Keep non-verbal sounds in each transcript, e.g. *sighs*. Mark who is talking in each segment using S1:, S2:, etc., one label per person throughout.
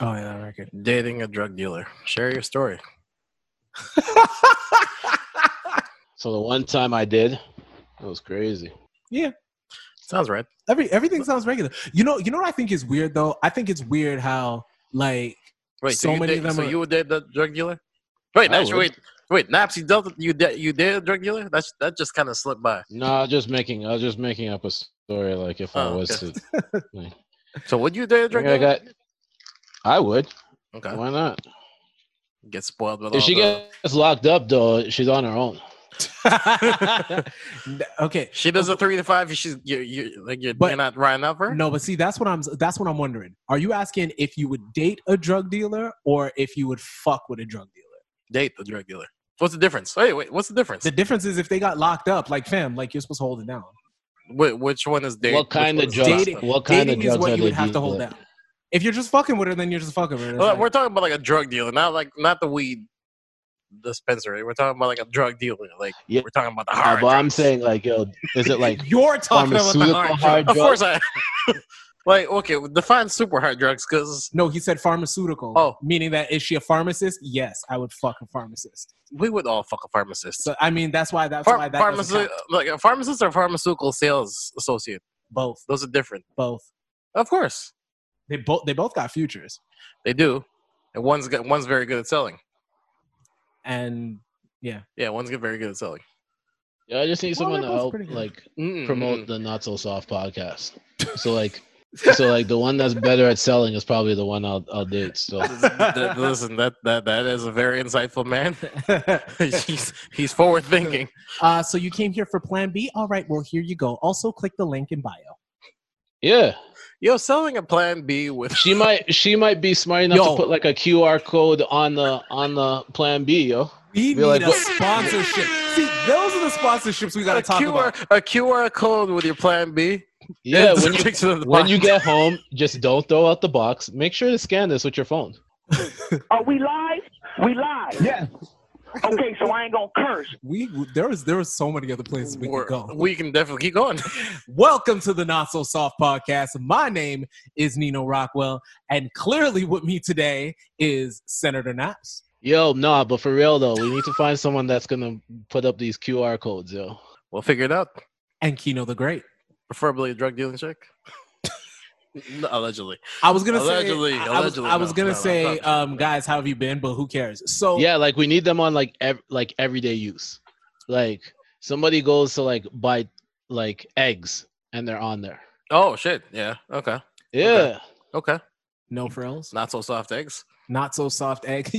S1: Oh yeah, that record. Dating a drug dealer. Share your story.
S2: So the one time I did, that was crazy.
S1: Sounds right.
S3: Every everything sounds regular. You know, you know what I think is weird though. I think it's weird how like *laughs*
S1: Wait, so,
S3: So
S1: you
S3: many
S1: date-
S3: of them
S1: So
S3: are-
S1: you would date the drug dealer? Wait,
S2: I
S1: that's
S2: would.
S1: wait, wait. Naps, you dealt you da- you dated a drug dealer? That's that just kind of slipped by.
S2: No, I was just making I was just making up a story like if I
S1: Oh,
S2: was
S1: okay.
S2: to
S1: So would you date a drug
S2: I
S1: dealer?
S2: got I would.
S1: Okay,
S2: Why not?
S1: get spoiled with all
S2: If she
S1: the-
S2: gets locked up though, she's on her own.
S3: okay.
S1: She does a three to five. She's you you like you're,
S3: But-
S1: you're not riding up for her.
S3: No, but see, that's what I'm. That's what I'm wondering. Are you asking if you would date a drug dealer or if you would fuck with a drug dealer?
S1: Date the drug dealer. What's the difference? Wait, wait. What's the difference?
S3: The difference is if they got locked up, like fam, like you're supposed to hold it down.
S1: Wh- which one is date?
S2: What
S1: which
S2: kind
S1: one
S2: of
S1: is
S2: drugs?
S3: dating-
S2: what kind of
S3: dating is
S2: drugs
S3: what
S2: are
S3: you
S2: they
S3: would have to hold
S2: dealing?
S3: down. If you're just fucking with her, then you're just fucking with her. It's
S1: Well,
S3: like-
S1: we're talking about like a drug dealer, not like not the weed dispensary. We're talking about like a drug dealer. Like
S2: Yeah.
S1: we're talking about the
S2: Yeah,
S1: hard.
S2: Uh, but I'm
S1: drugs.
S2: saying like, yo, is
S1: *laughs*
S2: it like
S3: you're talking about the
S2: pharmaceutical
S3: hard.
S2: hard
S1: of
S2: drugs?
S1: course I. *laughs* like okay, define super hard drugs because
S3: No, he said pharmaceutical.
S1: Oh.
S3: meaning that is she a pharmacist? Yes, I would fuck a pharmacist.
S1: we would all fuck a pharmacist.
S3: So I mean, that's why that's why
S1: Phar-
S3: that doesn't
S1: pharmaci-
S3: count.
S1: like a pharmacist or pharmaceutical sales associate.
S3: both
S1: Those are different.
S3: both
S1: Of course,
S3: they both they both got futures
S1: they do, and one's got, one's very good at selling.
S3: and *laughs*
S1: Yeah, one's get very good at selling.
S2: Yeah, I just need
S3: Well,
S2: someone to
S3: they're both
S2: help
S3: pretty good.
S2: like
S1: Mm-mm.
S2: promote the not so soft podcast.
S3: *laughs*
S2: So like, so like the one that's better at selling is probably the one I'll I'll date. So
S1: That- listen, that, that that is a very insightful man. *laughs* he's he's forward thinking.
S3: uh, so you came here for Plan B. All right, well here you go. Also click the link in bio.
S2: yeah,
S1: Yo, selling a plan B with
S2: she might she might be smart enough
S3: Yo.
S2: to put like a QR code on the on the Plan B, yo.
S3: We
S2: Be
S3: need
S2: like,
S3: a
S2: what-
S3: sponsorship. See, those are the sponsorships we got
S1: a
S3: to talk
S1: QR
S3: about.
S1: a QR code with your plan B.
S2: Yeah,
S1: It's
S2: when
S1: a
S2: you
S1: picture of the
S2: when
S1: box.
S2: you get home, just don't throw out the box. Make sure to scan this with your phone.
S4: Are we live? We live. Yes. Okay, so I ain't gonna curse.
S3: We there was there was so many other places we
S1: We're-
S3: could go.
S1: we can definitely keep going. *laughs*
S3: Welcome to the Not So Soft podcast. My name is Nino Rockwell, and clearly with me today is Senator Knapps.
S2: Yo, nah, but for real though, we need to find someone that's gonna put up these QR codes, yo.
S1: We'll figure it out.
S3: and Kino the Great.
S1: Preferably a drug dealing chick. No, allegedly.
S3: I was gonna
S1: Allegedly,
S3: say, I- I, was-
S1: allegedly,
S3: I was,
S1: no,
S3: gonna
S1: no, no,
S3: say,
S1: no, no,
S3: um,
S1: no.
S3: guys, how have you been? But who cares? So
S2: Yeah, like we need them on like ev- like everyday use. Like somebody goes to like buy like eggs and they're on there.
S1: Oh shit. Yeah. Okay.
S2: Yeah.
S1: Okay.
S3: no frills,
S1: Not so soft eggs.
S3: not so soft egg.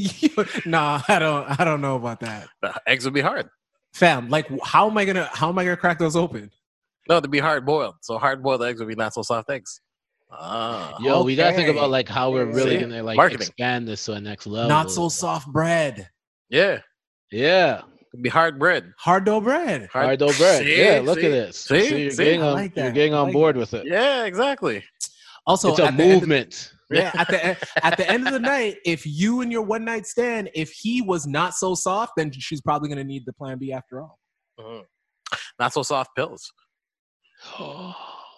S3: *laughs* nah, I don't, I don't know about that,
S1: Uh, eggs would be hard.
S3: fam. Like, how am I gonna, how am I gonna crack those open?
S1: No, they'd be hard boiled. So hard boiled eggs would be not so soft eggs. Ah.
S2: Yo, we gotta think
S3: Okay.
S2: about like how we're really
S1: See?
S2: gonna like
S1: Marketing.
S2: expand this to a next level.
S3: Not so soft bread,
S1: Yeah.
S2: Yeah.
S1: It'd be hard bread.
S3: hard dough bread.
S2: Hard dough bread.
S1: See?
S2: yeah, look
S1: See?
S2: at this.
S1: See?
S2: you're
S1: See?
S2: getting
S3: I
S2: on,
S3: like
S2: you're
S3: that.
S2: getting
S3: I
S2: on
S3: like
S2: board with it.
S1: Yeah, exactly.
S3: Also,
S2: it's a
S3: at the end of-
S2: movement.
S3: yeah, at the e- at the end of the night, if you and your one night stand, if he was not so soft, then she's probably gonna need the plan B after all.
S1: Mhm. Not so soft pills.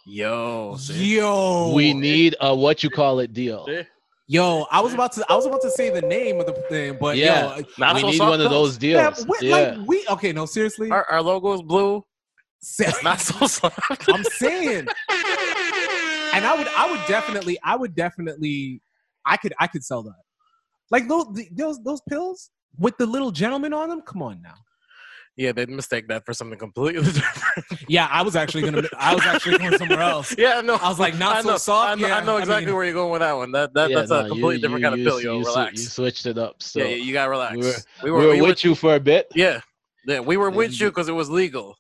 S1: Yo. Oh, see?
S3: Yo,
S2: we need a what you call it deal.
S1: See?
S3: Yo, I was about to I was about to say the name of the thing, but
S2: Yeah.
S3: yo, uh,
S1: Not
S2: we
S1: so
S2: need
S1: soft
S2: one of
S1: pills.
S2: those deals.
S3: fam, we,
S2: yeah.
S3: like we okay, no, seriously.
S1: Our, our logo is blue.
S3: se-
S1: It's *laughs* not so *laughs* soft.
S3: *laughs* I'm saying. And I would I would definitely I would definitely I could I could sell that. Like those the- those those pills with the little gentleman on them, come on now.
S1: yeah, they'd mistake that for something completely *laughs* different.
S3: Yeah, I was actually gonna I was actually going somewhere else.
S1: yeah, no.
S3: I was like, not
S1: I
S3: so
S1: know,
S3: soft.
S1: I know,
S3: yeah,
S1: I know
S3: mean,
S1: exactly where you're going with that one. That, that
S2: Yeah,
S1: that's
S2: nah,
S1: a
S2: you-
S1: completely different kind of
S2: you-
S1: pill. Yo,
S2: you sw-
S1: relax.
S2: You switched it up. So
S1: yeah, yeah, you gotta relax.
S2: we were-
S1: we
S2: we were,
S1: we
S2: with you for a bit.
S1: Yeah, yeah, we were with
S2: And-
S1: you because it was legal.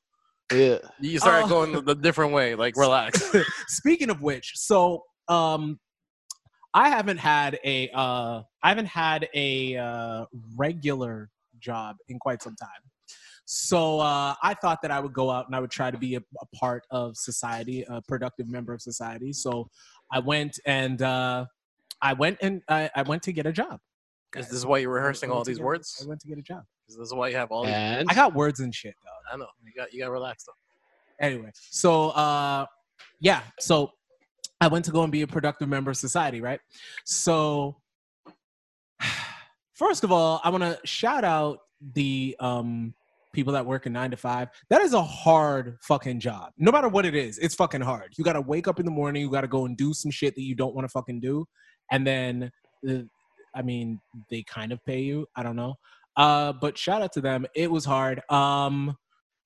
S2: Yeah.
S1: You started
S3: Oh.
S1: going the, the different way. Like,
S3: *laughs*
S1: relax.
S3: Speaking of which, so um I haven't had a uh I haven't had a uh regular job in quite some time. So uh I thought that I would go out and I would try to be a, a part of society, a productive member of society. So I went and uh I went and I, I went to get a job.
S1: Is this why you're rehearsing
S3: I went
S1: all
S3: to
S1: these
S3: get-
S1: words?
S3: I went to get a job.
S1: Is this why you have all these?
S2: And
S3: I got words and shit though.
S1: I know. You got you got to relax though.
S3: anyway so uh yeah so *sighs* i went to go and be a productive member of society right so First of all, I want to shout out the um, people that work in nine to five. That is a hard fucking job. No matter what it is, it's fucking hard. You got to wake up in the morning. You got to go and do some shit that you don't want to fucking do, and then, uh, I mean, they kind of pay you. I don't know. Uh, but shout out to them. It was hard. Um,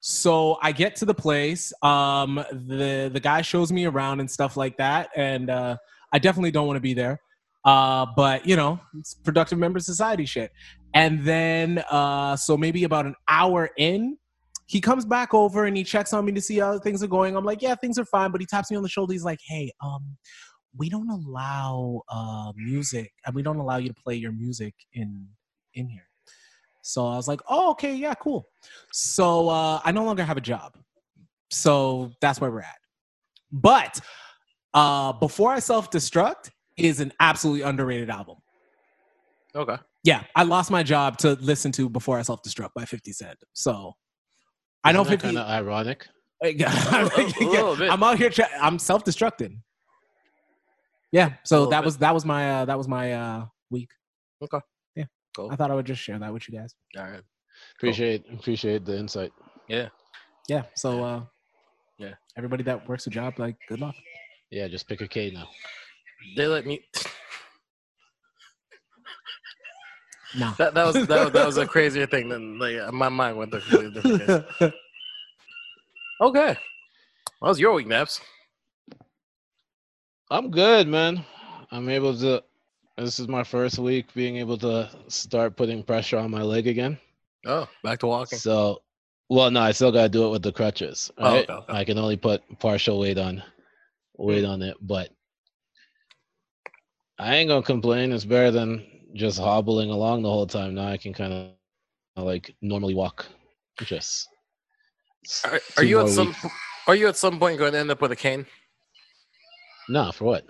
S3: so I get to the place. Um, the the guy shows me around and stuff like that, and uh, I definitely don't want to be there. Uh, but you know, it's productive member society shit. And then, uh, so maybe about an hour in, he comes back over and he checks on me to see how things are going. I'm like, yeah, things are fine. But he taps me on the shoulder. He's like, hey, um, we don't allow uh, music, and we don't allow you to play your music in in here. So I was like, oh, okay, yeah, cool. So uh, I no longer have a job. So that's where we're at. But uh, before I self destruct is an absolutely underrated album.
S1: Okay.
S3: Yeah, I lost my job to listen to Before I Self Destruct by 50 Cent. So I know 50.
S2: Kind of ironic.
S3: *laughs*
S1: *laughs*
S3: Yeah,
S1: *laughs* A little bit.
S3: I'm out here. Tra- I'm self destructing. Yeah. So
S1: little
S3: that
S1: bit.
S3: was that was my uh, that was my uh, week.
S1: Okay.
S3: Yeah.
S1: Cool.
S3: I thought I would just share that with you guys.
S1: All right.
S2: Appreciate appreciate the insight.
S3: Yeah. So. Uh,
S1: Yeah.
S3: Everybody that works a job, like, good luck.
S2: Yeah, just pick a K now.
S1: They let me.
S3: Nah.
S1: That, that was that, that was a crazier thing than like uh, my mind went to a completely different
S3: *laughs*
S1: place. Okay. Well, was your week, Naps.
S2: I'm good, man. I'm able to. This is my first week being able to start putting pressure on my leg again.
S1: Oh, back to walking.
S2: So, well, no, I still gotta do it with the crutches.
S1: Oh,
S2: right?
S1: okay, okay. Hmm.
S2: I can only put partial weight on weight on it, but I ain't gonna complain. It's better than just hobbling along the whole time. Now I can kind of like normally walk. Just s-
S1: Are,
S2: two
S1: are you
S2: more
S1: at some?
S2: weeks.
S1: Are you at some point going to end up with a cane?
S2: Nah, for what?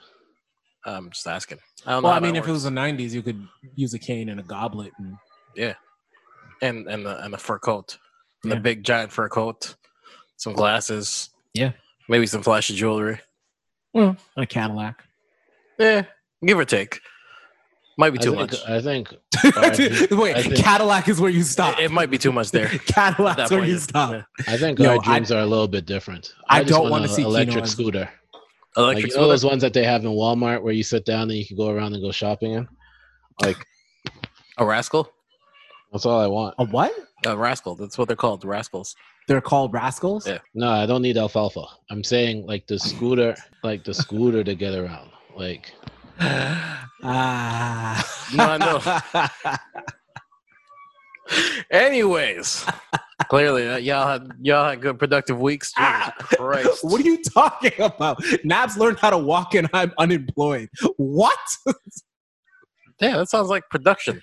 S1: I'm just asking. I don't
S3: Well,
S1: know.
S3: I mean, if it was the '90s, you could use a cane and a goblet. And
S1: and and the and the fur coat, and
S3: Yeah.
S1: the big giant fur coat, some glasses.
S3: Yeah.
S1: Maybe some flashy jewelry.
S3: a *laughs* Cadillac.
S1: Yeah. Give or take. Might be
S2: I
S1: too
S2: think-
S1: much.
S2: I think
S3: Wait,
S2: I think-
S3: Cadillac is where you stop. *laughs*
S1: It, it might be too much there. At that
S3: Cadillac's where
S1: point,
S3: you
S1: yeah.
S3: stop.
S1: Yeah.
S2: I think
S3: Yo,
S2: our
S3: I-
S2: dreams are a little bit different.
S3: I
S2: just
S3: don't
S2: want
S3: wanna
S2: a
S3: see Keno
S2: electric
S3: as-
S2: scooter. Like
S1: Electric
S2: you know those
S1: scooter?
S2: ones that they have in Walmart where you sit down and you can go around and go shopping in. Like
S1: a rascal?
S2: that's all I want.
S3: A what?
S1: A rascal. That's what they're called. Rascals.
S3: They're called rascals.
S1: Yeah.
S2: No, I don't need alfalfa. I'm saying like the scooter, like the scooter to get around. Like
S3: *sighs* Ah.
S1: No, I
S3: *laughs*
S1: Anyways, *laughs* clearly uh, y'all had y'all had good productive weeks. Jesus
S3: Ah.
S2: *laughs*
S1: Christ.
S3: What are you talking about? Nabs learned how to walk and I'm unemployed. What?
S1: Damn, that sounds like
S2: *laughs*
S1: production.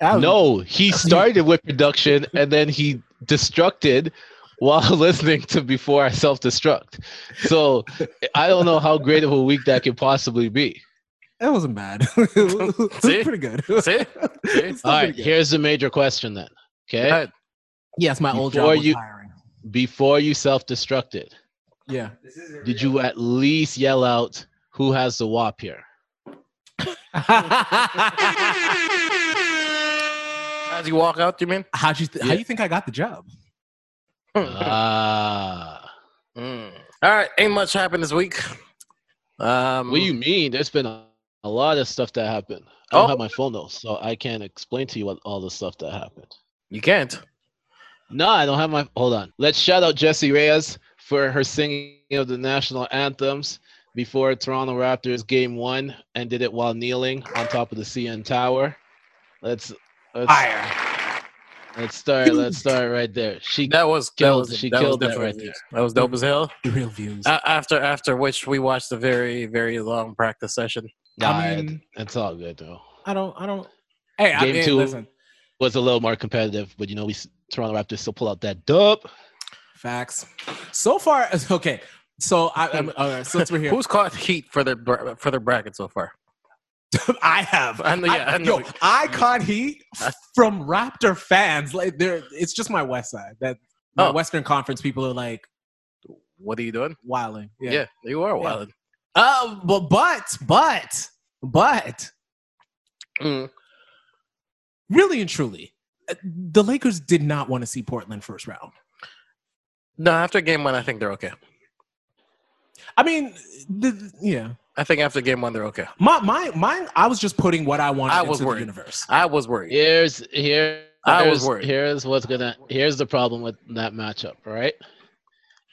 S2: no, he started with production and then he destructed while *laughs* listening to before I self-destruct. So I don't know how great of a week that could possibly be.
S3: That wasn't bad. *laughs* it
S1: *laughs*
S3: was
S1: See?
S3: pretty good.
S1: See?
S3: It's still
S2: All right,
S3: pretty good.
S2: here's the major question then. Okay,
S1: Alright,
S3: Yes, my old job
S2: Before
S3: was
S2: you-
S3: hiring. *laughs*
S2: before you self-destructed,
S3: Yeah.
S2: did you at least yell out who has the wop here?
S3: *laughs*
S1: As you walk out, you mean?
S3: How'd you th- How
S2: Yeah.
S3: do you think I got the job?
S2: Uh.
S1: *laughs*
S2: Ah.
S1: Mm. All right, ain't much happened this week. Um,
S2: What do you
S3: Mm.
S2: mean? There's been a, a lot of stuff that happened. I don't
S1: Oh.
S2: have my phone though, so I can't explain to you what all the stuff that happened.
S1: you can't.
S2: No, I don't have my. Hold on. Let's shout out Jessie Reyes for her singing of the national anthems before Toronto Raptors game one, and did it while kneeling on top of the CN Tower. Let's let's let's start.
S3: *laughs*
S2: Let's start right there. She
S1: That was
S2: Killed-
S1: That was,
S2: she
S1: that was
S2: killed that
S1: definitely-
S2: right there. Mm.
S1: That was dope as hell.
S3: The real views.
S1: A- after after which we watched a very very long practice session.
S3: I
S2: died.
S3: mean-
S2: it's all good though.
S3: I don't. I don't. Hey, I
S2: Game
S3: mean,
S2: two.
S3: listen.
S2: Was a little more competitive, but you know we s- Toronto Raptors still pull out that dub.
S3: Facts. So far, *laughs* okay. So I, I'm. All right, so since *laughs* we're here,
S1: Who's caught heat for their bra- for their bracket so far? *laughs*
S3: I have.
S1: I know. Yeah, I, know.
S3: yo, Oh, I caught heat from Raptor fans. Like, they're it's just my West Side that my
S1: Oh.
S3: Western Conference people are like
S1: What are you doing?
S3: wilding.
S1: Yeah,
S3: Yeah.
S1: you are
S3: Yeah.
S1: wild.
S3: Uh, but but but but
S1: Mm.
S3: really and truly, uh, the Lakers did not want to see Portland first round.
S1: No, after game one, I think they're okay.
S3: I mean, the, yeah,
S1: I think after game one, they're okay.
S3: my my mine. I was just putting what I wanted
S1: I
S3: into
S1: was
S3: the
S1: worried.
S3: universe.
S1: I was worried.
S2: Here's here.
S1: I was
S2: here's-
S1: worried.
S2: Here's what's gonna. Here's the problem with that matchup. All right,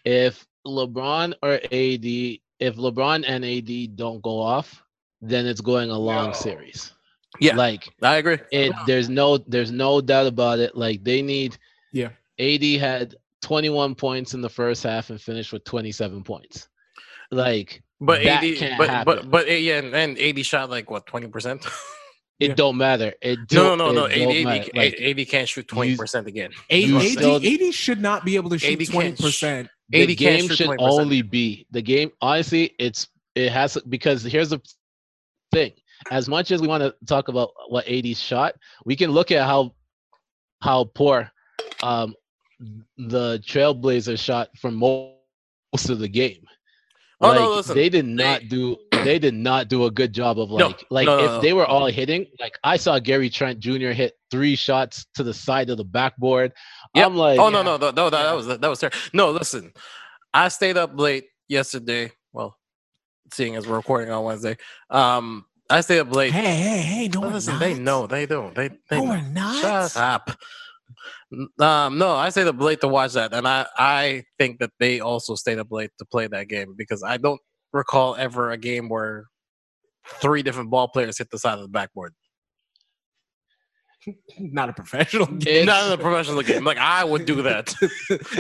S2: if LeBron or AD, if LeBron and AD don't go off, then it's going a long series.
S1: Yeah.
S2: like
S1: I agree.
S2: it. There's no. There's no doubt about it. Like they need.
S3: Yeah.
S2: AD had 21 points in the first half and finished with 27 points. Like
S1: But
S2: that
S1: AD,
S2: can't
S1: but,
S2: happen.
S1: but but uh, yeah, and, and AD shot like what twenty percent? *laughs*
S2: it
S3: Yeah.
S2: don't matter. It
S1: No,
S2: don't,
S1: no, no, no.
S2: it
S1: AD,
S2: don't
S1: AD,
S2: matter. Like,
S1: AD can't shoot twenty percent again.
S3: A-
S2: you
S3: AD,
S2: still-
S3: AD should not be able to shoot
S1: AD
S3: twenty
S1: can't sh-
S3: percent.
S1: AD
S2: the
S1: can't
S2: game
S1: shoot
S2: should
S1: 20%.
S2: only be the game. Honestly, it's it has because here's the thing. As much as we want to talk about what AD shot, we can look at how how poor um, the Trailblazers shot for mo- most of the game.
S1: Oh,
S2: like,
S1: no, listen,
S2: they did not do they did not do a good job of
S1: No,
S2: like like
S1: no, no,
S2: if
S1: no.
S2: they were all hitting like I saw Gary Trent Jr. hit three shots to the side of the backboard.
S1: Yep.
S2: I'm like
S1: oh no, no, no, no, that,
S2: Yeah.
S1: that was that was terrible. No, listen, I stayed up late yesterday. Well, seeing as we're recording on Wednesday, um, I stayed up
S3: Hey,
S1: late.
S3: hey, hey! No,
S1: No,
S3: we're
S1: listen,
S3: not.
S1: they know, they don't, they
S3: No,
S1: they know.
S3: we're not.
S1: Shut up. N- Um, no, I stayed up late to watch that, and I I think that they also stayed up late to play that game because I don't recall ever a game where three different ball players hit the side of the backboard.
S3: *laughs* Not a
S1: *laughs*
S3: professional. Game.
S2: It's-
S1: Not in a professional game. Like I would do
S2: *laughs*
S1: that.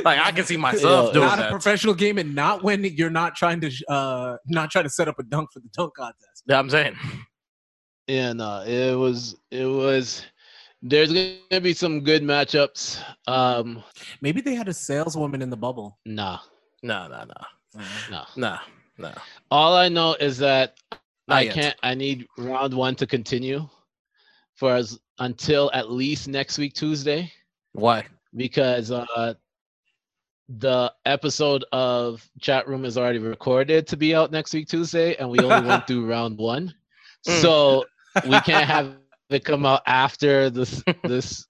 S1: like I can see myself
S2: Yeah.
S1: doing
S3: Not a
S1: that.
S3: professional game, and not when you're not trying to sh- uh not trying to set up a dunk for the dunk contest.
S1: yeah, I'm saying.
S2: Yeah, no, uh, it was it was. There's gonna be some good matchups. Um,
S3: Maybe they had a saleswoman in the bubble.
S2: nah,
S1: No, no, no,
S2: nah.
S1: no, no.
S2: All I know is that
S1: Not
S2: I
S1: yet.
S2: can't. I need round one to continue for as until at least next week Tuesday
S1: Why?
S2: because uh, the episode of chat room is already recorded to be out next week Tuesday, and we only went *laughs* through round one,
S1: Mm.
S2: so we can't have it come out after this this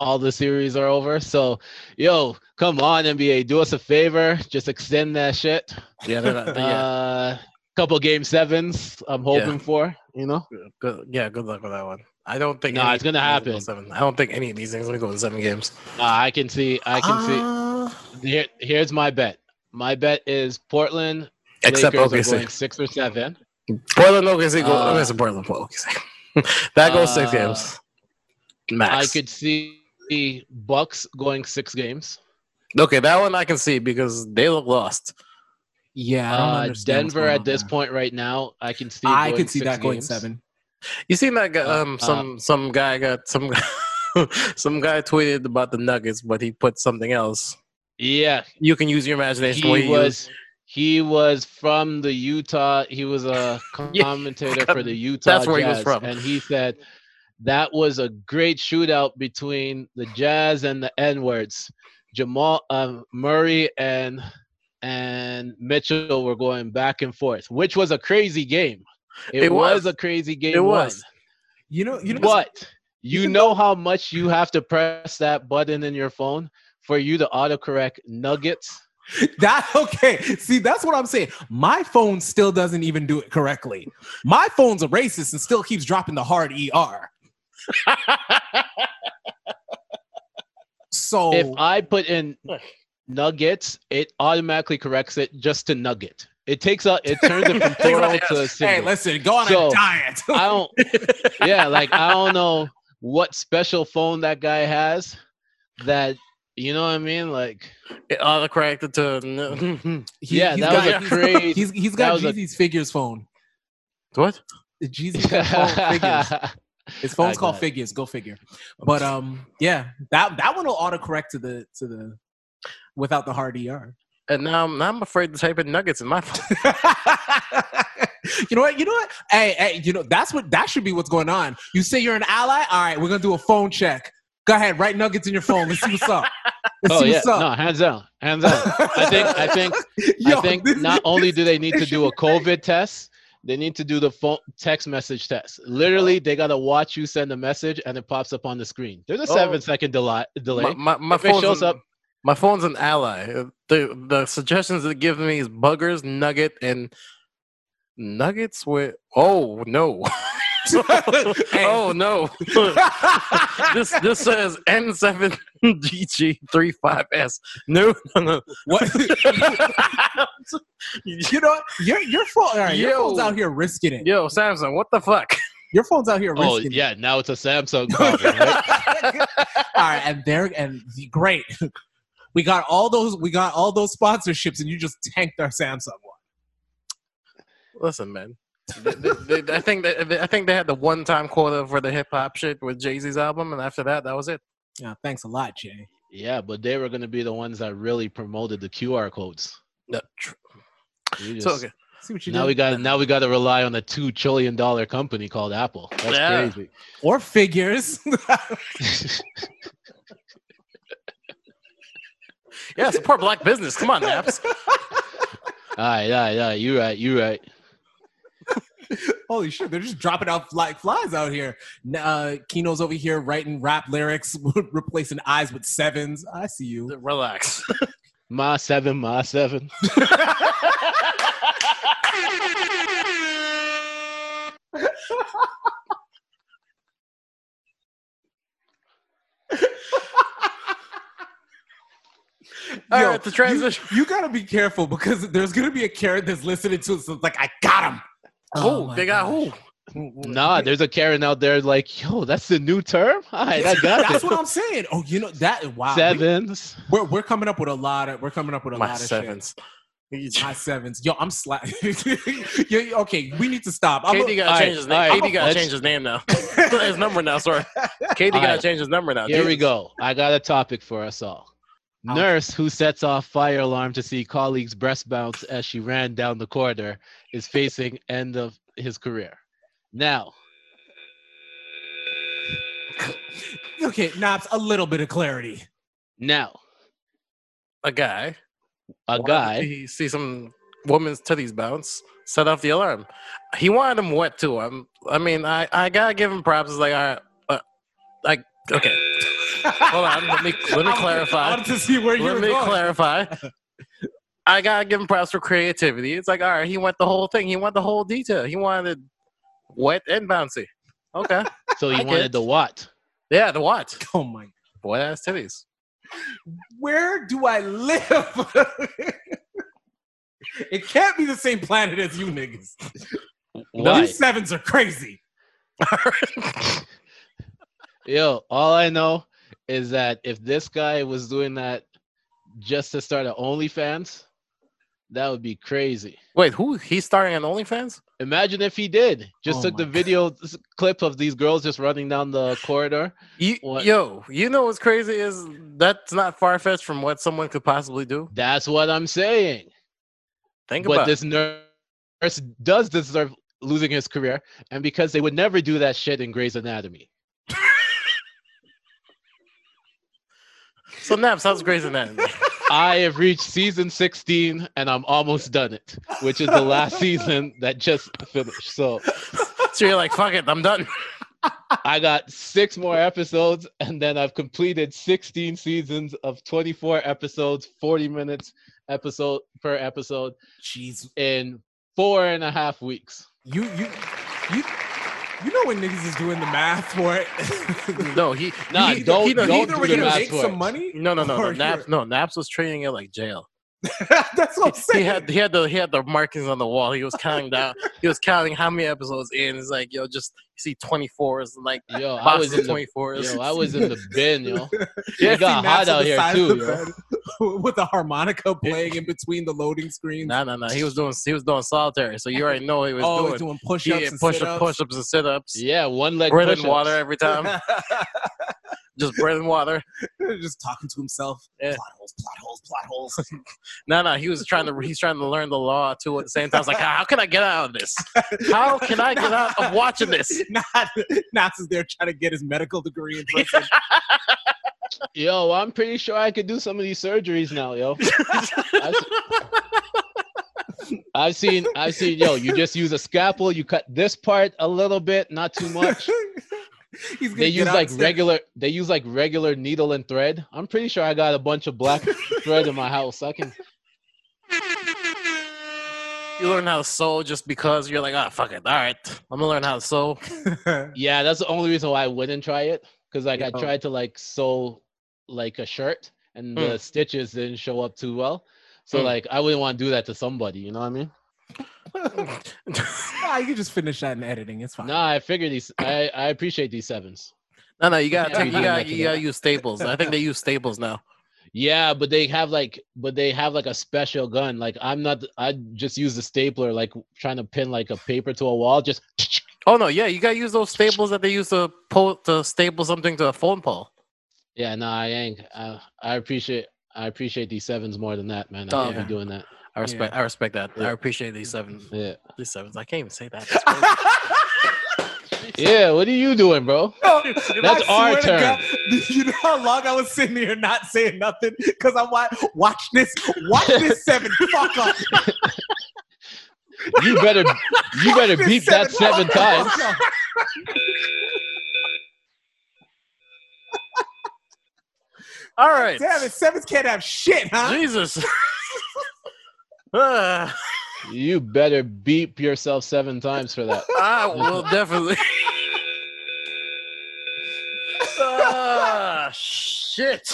S2: all the series are over. So, yo, come on NBA, do us a favor, just extend that shit.
S1: Yeah, they're not, they- yeah.
S2: Uh, couple game sevens, I'm hoping for. You know,
S1: Good, yeah. Good luck with that one. I don't think.
S2: Nah,
S1: any
S2: it's gonna
S1: of these go
S2: happen.
S1: Seven. I don't think any of these things are gonna go in seven games.
S2: Uh, I can see. I can
S3: Uh,
S2: see. Here, here's my bet. My bet is Portland.
S1: Except
S2: Lakers are
S1: OKC.
S2: going six or seven.
S1: Portland OKC. Go,
S2: Uh,
S1: I'm gonna say Portland. Portland OKC. *laughs* that goes six
S2: uh,
S1: games. Max.
S2: I could see the Bucks going six games.
S1: okay, that one I can see because they look lost.
S3: yeah, I don't
S2: Uh,
S3: understand what's
S2: Denver
S3: going
S2: at
S3: on
S2: this
S3: there.
S2: point right now, I can see.
S3: I
S2: going
S3: could see
S2: six
S3: that going
S2: games.
S3: seven.
S1: You seen that guy?
S2: Uh,
S1: Um, some some guy got some some guy *laughs* tweeted about the Nuggets, but he put something else.
S2: Yeah,
S1: You can use your imagination. what
S2: he was. He was from the Utah. He was a
S1: *laughs* Yeah,
S2: commentator
S1: God,
S2: for the Utah.
S1: where he was
S2: Jazz,
S1: from.
S2: and he said that was a great shootout between the Jazz and the N words. Jamal um, Murray and and Mitchell were going back and forth, which was a crazy game. It,
S1: It
S2: was.
S1: was.
S2: a crazy game.
S1: It
S2: one.
S1: was.
S3: You know, you know what's-
S2: but you know how much you have to press that button in your phone for you to autocorrect Nuggets.
S3: That *laughs* okay? See, that's what I'm saying. My phone still doesn't even do it correctly. My phone's a racist and still keeps dropping the hard er. So
S2: if I put
S3: *laughs*
S2: in nuggets, it automatically corrects it just to nugget. It takes out it
S3: *laughs*
S2: turns it from plural to
S3: hey,
S2: single.
S3: listen, go on
S2: So,
S3: a diet. *laughs*
S2: I *laughs* don't yeah, like I don't know what special phone that guy has that you know what I mean? Like
S1: It autocorrected
S2: *laughs*
S1: to n-
S3: He-
S2: yeah,
S3: he's
S2: that was a
S3: he's-
S2: crazy-
S3: He's he's
S2: that
S3: got
S2: was a-
S3: Jeezy's figures phone.
S1: what?
S3: Jeezy's got
S2: *laughs*
S3: phone figures. His
S2: I
S3: phone's
S2: got
S3: called
S2: it.
S3: figures. Go figure. But um, yeah, that that one will autocorrect to the to the without the hard er.
S1: And now I'm, now I'm afraid to type in Nuggets in my phone.
S3: *laughs* you know what? You know what? Hey, hey, you know that's what that should be what's going on. You say you're an ally. All right, we're gonna do a phone check. Go ahead, write nuggets in your phone. Let's see what's up. Let's
S2: Oh
S3: see
S2: yeah,
S3: what's
S2: no,
S3: up.
S2: hands down,
S3: *laughs*
S2: hands down. I think I think
S3: Yo,
S2: I think
S3: this- *laughs*
S2: not only do they need to
S3: this
S2: do a COVID test, They need to do the phone text message test. Literally, they gotta watch you send a message and it pops up on the screen. There's a
S1: Oh.
S2: seven second deli- delay.
S1: My, my, my
S2: If it
S1: phone's
S2: shows
S1: an,
S2: up-
S1: My phone's an ally. The the suggestions it gives me is buggers, nugget, and nuggets with oh no. *laughs* oh no.
S2: Oh.
S1: this this says N7GG35S. No, no, no.
S3: *laughs* what? *laughs* you know, what? your your phone. All right, your
S1: Yo.
S3: phone's out here risking it.
S1: Yo, Samsung, what the fuck?
S3: Your phone's out here risking.
S2: Oh
S3: it.
S2: yeah, now it's
S3: *laughs*
S2: a Samsung problem, right?
S3: all right, and there and great. We got all those. We got all those sponsorships, and you just tanked our Samsung one.
S1: *laughs* Listen, man. They- they- I think that I think they had the one time quota for the hip hop shit with Jay Z's album, and after that, that was it.
S3: Yeah, thanks a lot, Jay.
S2: Yeah, but they were gonna be the ones that really promoted the QR codes.
S1: No, tr-
S2: You
S1: it's
S2: just-
S1: okay.
S3: See what you
S2: Now
S3: did.
S2: we got now we got to rely on a two trillion dollar company called Apple. That's
S1: Yeah.
S2: crazy.
S3: or figures. *laughs*
S1: Yeah, support black business. Come on, apps.
S2: all right, all right, all right. You right, you right.
S3: Holy shit, they're just dropping out fly, flies out here. N- Uh, Kino's over here writing rap lyrics, *laughs* replacing eyes with sevens. I see you.
S2: *laughs*
S1: Relax.
S2: My seven, my seven.
S1: All
S3: Yo,
S1: right, the transition.
S3: You, you gotta be careful because there's gonna be a Karen that's listening to us that's like, I got him. Oh
S2: Oh
S1: Who? they got who?
S2: Nah, there's a Karen out there like, yo, that's the new term. *laughs* All right, I got
S3: That's
S2: it.
S3: what I'm saying. Oh, you know that wow. we-
S2: Sevens.
S3: We're we're coming up with a lot of we're coming up with a
S1: My
S3: lot of shit.
S1: sevens.
S3: My sevens. Yo, I'm *laughs* slap. okay, we need to stop. I'm
S1: KD
S3: a-
S1: gotta
S2: All
S1: change
S2: right,
S1: his
S2: all
S1: name.
S2: right,
S1: KD gotta
S2: let's-
S1: change his name now. *laughs* his number now.
S2: *laughs*
S1: Sorry, KD
S2: All
S1: gotta
S2: right.
S1: change his number now.
S2: Here we
S1: Jesus.
S2: go. I got a topic for us all.
S3: Ouch.
S2: Nurse who sets off fire alarm to see colleagues breast bounce as she ran down the corridor is facing end of his career. Now,
S3: okay, Knops, a little bit of clarity.
S2: now,
S1: A guy.
S2: a
S1: wanted to
S2: guy.
S1: see- see some woman's titties bounce. Set off the alarm. He wanted them wet too. I'm. I mean, I I gotta give him props. It's like, all right, uh, like, okay. Hold on. Let me let me
S3: *laughs* I wanted- I
S1: clarify.
S3: wanted to see where you were
S1: Let me
S3: going.
S1: clarify. I gotta give him props for creativity. It's like, all right, he went the whole thing. He went the whole detail. He wanted wet and bouncy. Okay.
S2: So
S1: I
S2: he
S1: get
S2: wanted
S1: it.
S2: the what?
S1: yeah, the watch.
S3: oh my.
S1: Wet ass titties.
S3: Where do I live? *laughs* it can't be the same planet as you niggas.
S2: Why?
S3: These sevens are crazy.
S2: Yo, all I know is that if this guy was doing that just to start an OnlyFans, that would be crazy.
S1: Wait, who? He's starting on OnlyFans?
S2: Imagine if he did. Just
S3: Oh
S2: took the
S3: my
S2: video s- clip of these girls just running down the corridor.
S1: You,
S2: What?
S1: yo, you know what's crazy is that's not far fetched from what someone could possibly do.
S2: That's what I'm saying.
S1: Think
S2: but
S1: about
S2: this nurse does deserve losing his career, and because they would never do that shit in Grey's Anatomy.
S1: it. So Naps, how's Grey's
S2: *laughs*
S1: Anatomy?
S2: I have reached season 16 and I'm almost done it, which is the last season that just finished. So
S1: so you're like, fuck it, I'm done. *laughs*
S2: I got six more episodes, and then I've completed 16 seasons of 24 episodes, 40 minutes episode per episode
S3: Jeez,
S2: in four and a half weeks.
S3: you you you you know when niggas is doing the math for it.
S1: No, he.
S2: *laughs* Nah,
S1: he-
S2: don't-
S1: he- no,
S2: don't
S1: he-
S3: either
S2: do
S3: we're
S2: the
S3: gonna
S2: math
S3: make
S2: for
S3: some
S2: it.
S3: money. *laughs*
S1: No, no, no, no.
S3: Or
S1: Naps, no, Naps was treating it like jail.
S3: That's what I'm
S1: he
S3: saying.
S1: had he had the he had the markings on the wall. He was counting down. he was counting how many episodes in. It's like yo, just you see twenty fours and like
S2: Yo, I
S1: box
S2: was in
S1: of
S2: the
S1: twenty fours.
S2: yo, I was in the
S3: *laughs*
S2: bin, yo.
S3: Yeah,
S2: It got
S3: see Naps
S2: hot
S3: on
S2: out
S3: the
S2: here
S3: side of the
S2: too, yo.
S3: bed *laughs* with the harmonica playing in between the loading screens.
S1: No, no, no. He was doing he was doing solitary, so you already know what he was
S3: oh, he's
S1: doing.
S3: doing push-ups
S1: He
S3: and
S1: did push
S3: sit-ups.
S1: up, push ups, and sit ups.
S2: Yeah, one leg
S1: bread and
S2: push-ups.
S1: water every time. just bread and water.
S3: *laughs* just talking to himself.
S1: Yeah.
S3: Plot holes, plot holes, plot holes.
S1: No, no. He was trying to he's trying to learn the law too at the same time. I was like, how can I get out of this? How can I get out of watching this?
S3: *laughs* Not, Knox is there trying to get his medical degree in person.
S2: Yo, I'm
S3: *laughs*
S2: pretty sure I could do some of these surgeries now, yo. I s- I've seen, I've seen, yo, you just use a scalpel, you cut this part a little bit, not
S3: *laughs*
S2: too much.
S3: He's gonna
S2: They
S3: get
S2: use
S3: out
S2: like
S3: and say, *laughs*
S2: regular, *laughs* they use like regular needle and thread. I'm pretty sure I got a bunch
S3: *laughs*
S2: of black thread in my house. I can,
S1: You learn how to sew just because you're like, ah, fuck it. All right, I'm gonna learn how to sew.
S2: yeah, that's the only reason why I wouldn't try it. Cause like I
S1: Yo.
S2: tried to like sew like a shirt and the stitches didn't show up too well. So
S1: Hmm.
S2: like I wouldn't want to do that to somebody, you know what I mean?
S3: Nah, you can just finish that in editing. It's fine. *laughs*
S2: Nah, I figured these. I, I appreciate these sevens.
S1: no, no, you gotta,
S2: Yeah,
S1: take-
S2: I'm
S1: you gotta,
S2: looking
S1: you gotta use staples. I think they use staples now.
S2: Yeah, but they have like, but they have like a special gun. Like I'm not. I just use the stapler, like trying to pin like a paper to a wall. Just
S1: Oh no, yeah, you gotta use those staples that they use to pull to staple something to a phone pole.
S2: yeah, nah, I ain't. I, I appreciate. I appreciate these sevens more than that, man. I
S1: Oh,
S2: can't
S1: yeah.
S2: be doing that.
S1: I respect, I respect that. I
S2: Yeah.
S1: appreciate these seven,
S2: Yeah.
S1: these sevens. I can't even say that. That's
S3: *laughs*
S2: Yeah. What are you doing, bro?
S3: No,
S2: *laughs* That's
S3: I
S2: our
S3: swear to God, *laughs* you know how long I was sitting here not saying nothing because I'm like, watch this, watch this
S2: *laughs*
S3: seven, fuck up.
S2: You better. *laughs* You better
S3: Watch this
S2: beep that seven
S3: fuck up,
S2: times.
S3: fuck up.
S1: All right,
S3: Damn it, sevens can't have shit, huh?
S1: Jesus. *laughs* Ah,
S2: You better beep yourself seven times for that.
S1: I will definitely. Ah, shit.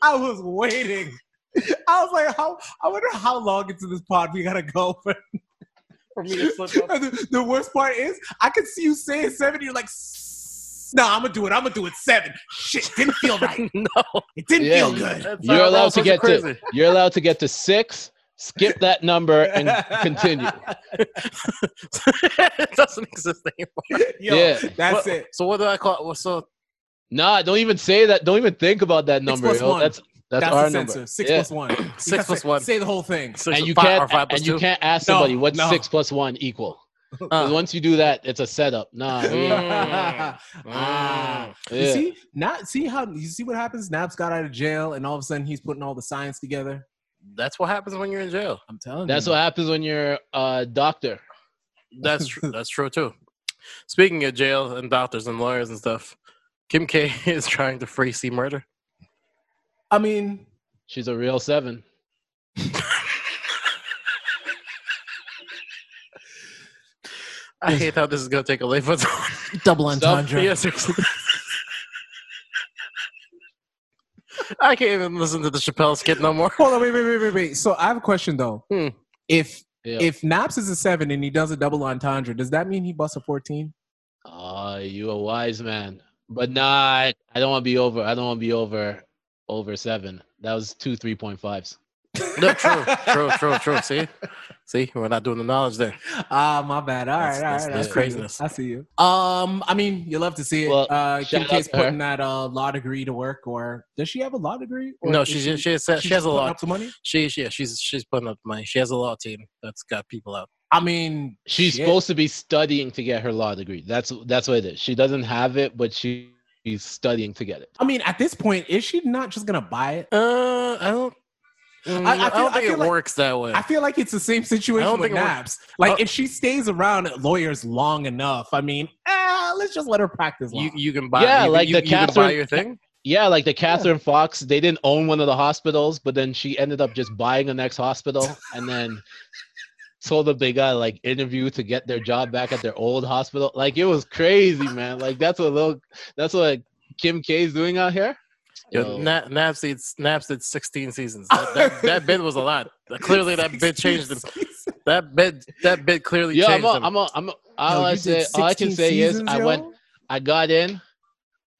S3: I was waiting. I was like, how? I wonder how long into this pod we gotta go. For
S1: For me to slip up.
S3: the, the worst part is, I could see you saying seven. You're like, "S- nah, I'm gonna do it. I'm gonna do it seven. Shit, didn't feel right.
S1: *laughs* no,
S3: It didn't
S2: Yeah,
S3: feel
S2: you-
S3: good.
S1: that's
S2: You're
S1: how
S2: allowed to
S1: rolls are
S2: get
S1: crazy.
S2: to. You're allowed to get to six. Skip that number and *laughs* continue.
S1: *laughs* it doesn't exist anymore.
S3: Yo,
S2: Yeah.
S3: that's
S1: What-
S3: it.
S1: So what do I call? Well, so
S2: Nah, don't even say that. Don't even think about that number.
S3: plus
S2: yo.
S3: one.
S2: That's, that's
S3: That's,
S2: our
S3: the
S2: number.
S3: sensor. Six
S2: Yeah.
S3: plus one. You
S1: Six
S3: gotta
S1: plus
S3: say,
S1: one.
S3: Say the whole thing.
S1: six
S2: and
S1: or
S2: you
S1: five-
S2: can't
S1: or five plus
S2: and you
S1: two?
S2: can't ask
S3: No,
S2: somebody what's
S3: no.
S2: six plus one equal. 'Cause
S1: Uh,
S2: Once you do that, it's a setup.
S3: *laughs*
S2: Nah, we-
S1: Mm.
S3: Ah. *laughs* You
S2: yeah.
S3: see, not see how you see what happens. Naps got out of jail, and all of a sudden he's putting all the science together.
S1: that's what happens when you're in
S2: *laughs*
S1: jail.
S3: I'm telling
S2: that's
S3: you.
S2: what happens when you're a doctor.
S1: That's tr- that's true too. Speaking of jail and doctors and lawyers and stuff, Kim K *laughs* is trying to free C murder.
S3: I mean.
S2: She's a real seven.
S1: I hate how this is gonna take away from
S3: Double
S2: entendre.
S1: Yeah, seriously. I can't even listen to the Chappelle skit no more.
S3: Hold on, wait, wait, wait, wait, wait. So I have a question though.
S1: Hmm.
S3: If
S2: Yeah.
S3: if Naps is a seven and he does a double entendre, does that mean he busts a fourteen?
S2: Ah, you a wise man. But nah, I, I don't want to be over. I don't want to be over over seven. That was two three point fives.
S1: No, true, true, true, true. See, see, we're not doing the knowledge there.
S3: Ah, my bad. All right,
S1: That's-
S3: all right.
S1: that's-
S3: I
S1: that's
S3: see you.
S1: craziness.
S3: I see you. Um, I mean, you love to see it.
S2: Well,
S3: uh, Kim
S2: shout out
S3: K's
S2: to her.
S3: putting that uh, law degree to work, or does she have a law degree? Or
S1: No,
S3: is
S1: she's she, has, she
S3: just
S1: has a
S3: putting
S1: law.
S3: Up the money.
S1: She she yeah, she's she's putting up money. She has a law team that's got people out.
S3: I mean,
S2: She's
S3: shit.
S2: supposed to be studying to get her law degree. That's that's what it is. She doesn't have it, but she, she's studying to get it.
S3: I mean, at this point, is she not just gonna buy it?
S1: Uh, I don't. Mm,
S3: I
S1: I,
S3: feel-
S1: don't
S3: I
S1: think
S3: feel
S1: it
S3: like-
S1: works that way.
S3: I feel like it's the same
S1: I
S3: situation
S1: don't
S3: with
S1: think it
S3: Naps. Like,
S1: Oh.
S3: if she stays around lawyers long enough, I mean, eh, let's just let her practice law.
S1: you you can buy.
S2: Yeah,
S1: you, can-
S2: like
S1: you,
S2: the
S1: you can buy
S2: Catherine-
S1: your thing.
S2: Yeah, like the Catherine Fox, they didn't own one of the hospitals, but then she ended up just buying the next hospital and then told them they got like interview to get their job back at their old hospital. Like it was crazy, man. Like that's what little that's what Kim K's doing out here.
S1: Yo,
S2: Yo.
S1: Na- Naps did Naps did sixteen seasons. That, that, that bid was a lot.
S3: *laughs*
S1: Clearly, that bid changed them. That bid that bid clearly
S2: Yeah, I'm
S1: changed
S2: a,
S1: them.
S2: I'm a, I'm a, all,
S3: Yo,
S2: I
S3: you
S2: say,
S3: did
S2: all I can
S3: 16
S2: say is
S3: seasons,
S2: I
S3: yo?
S2: went I got in and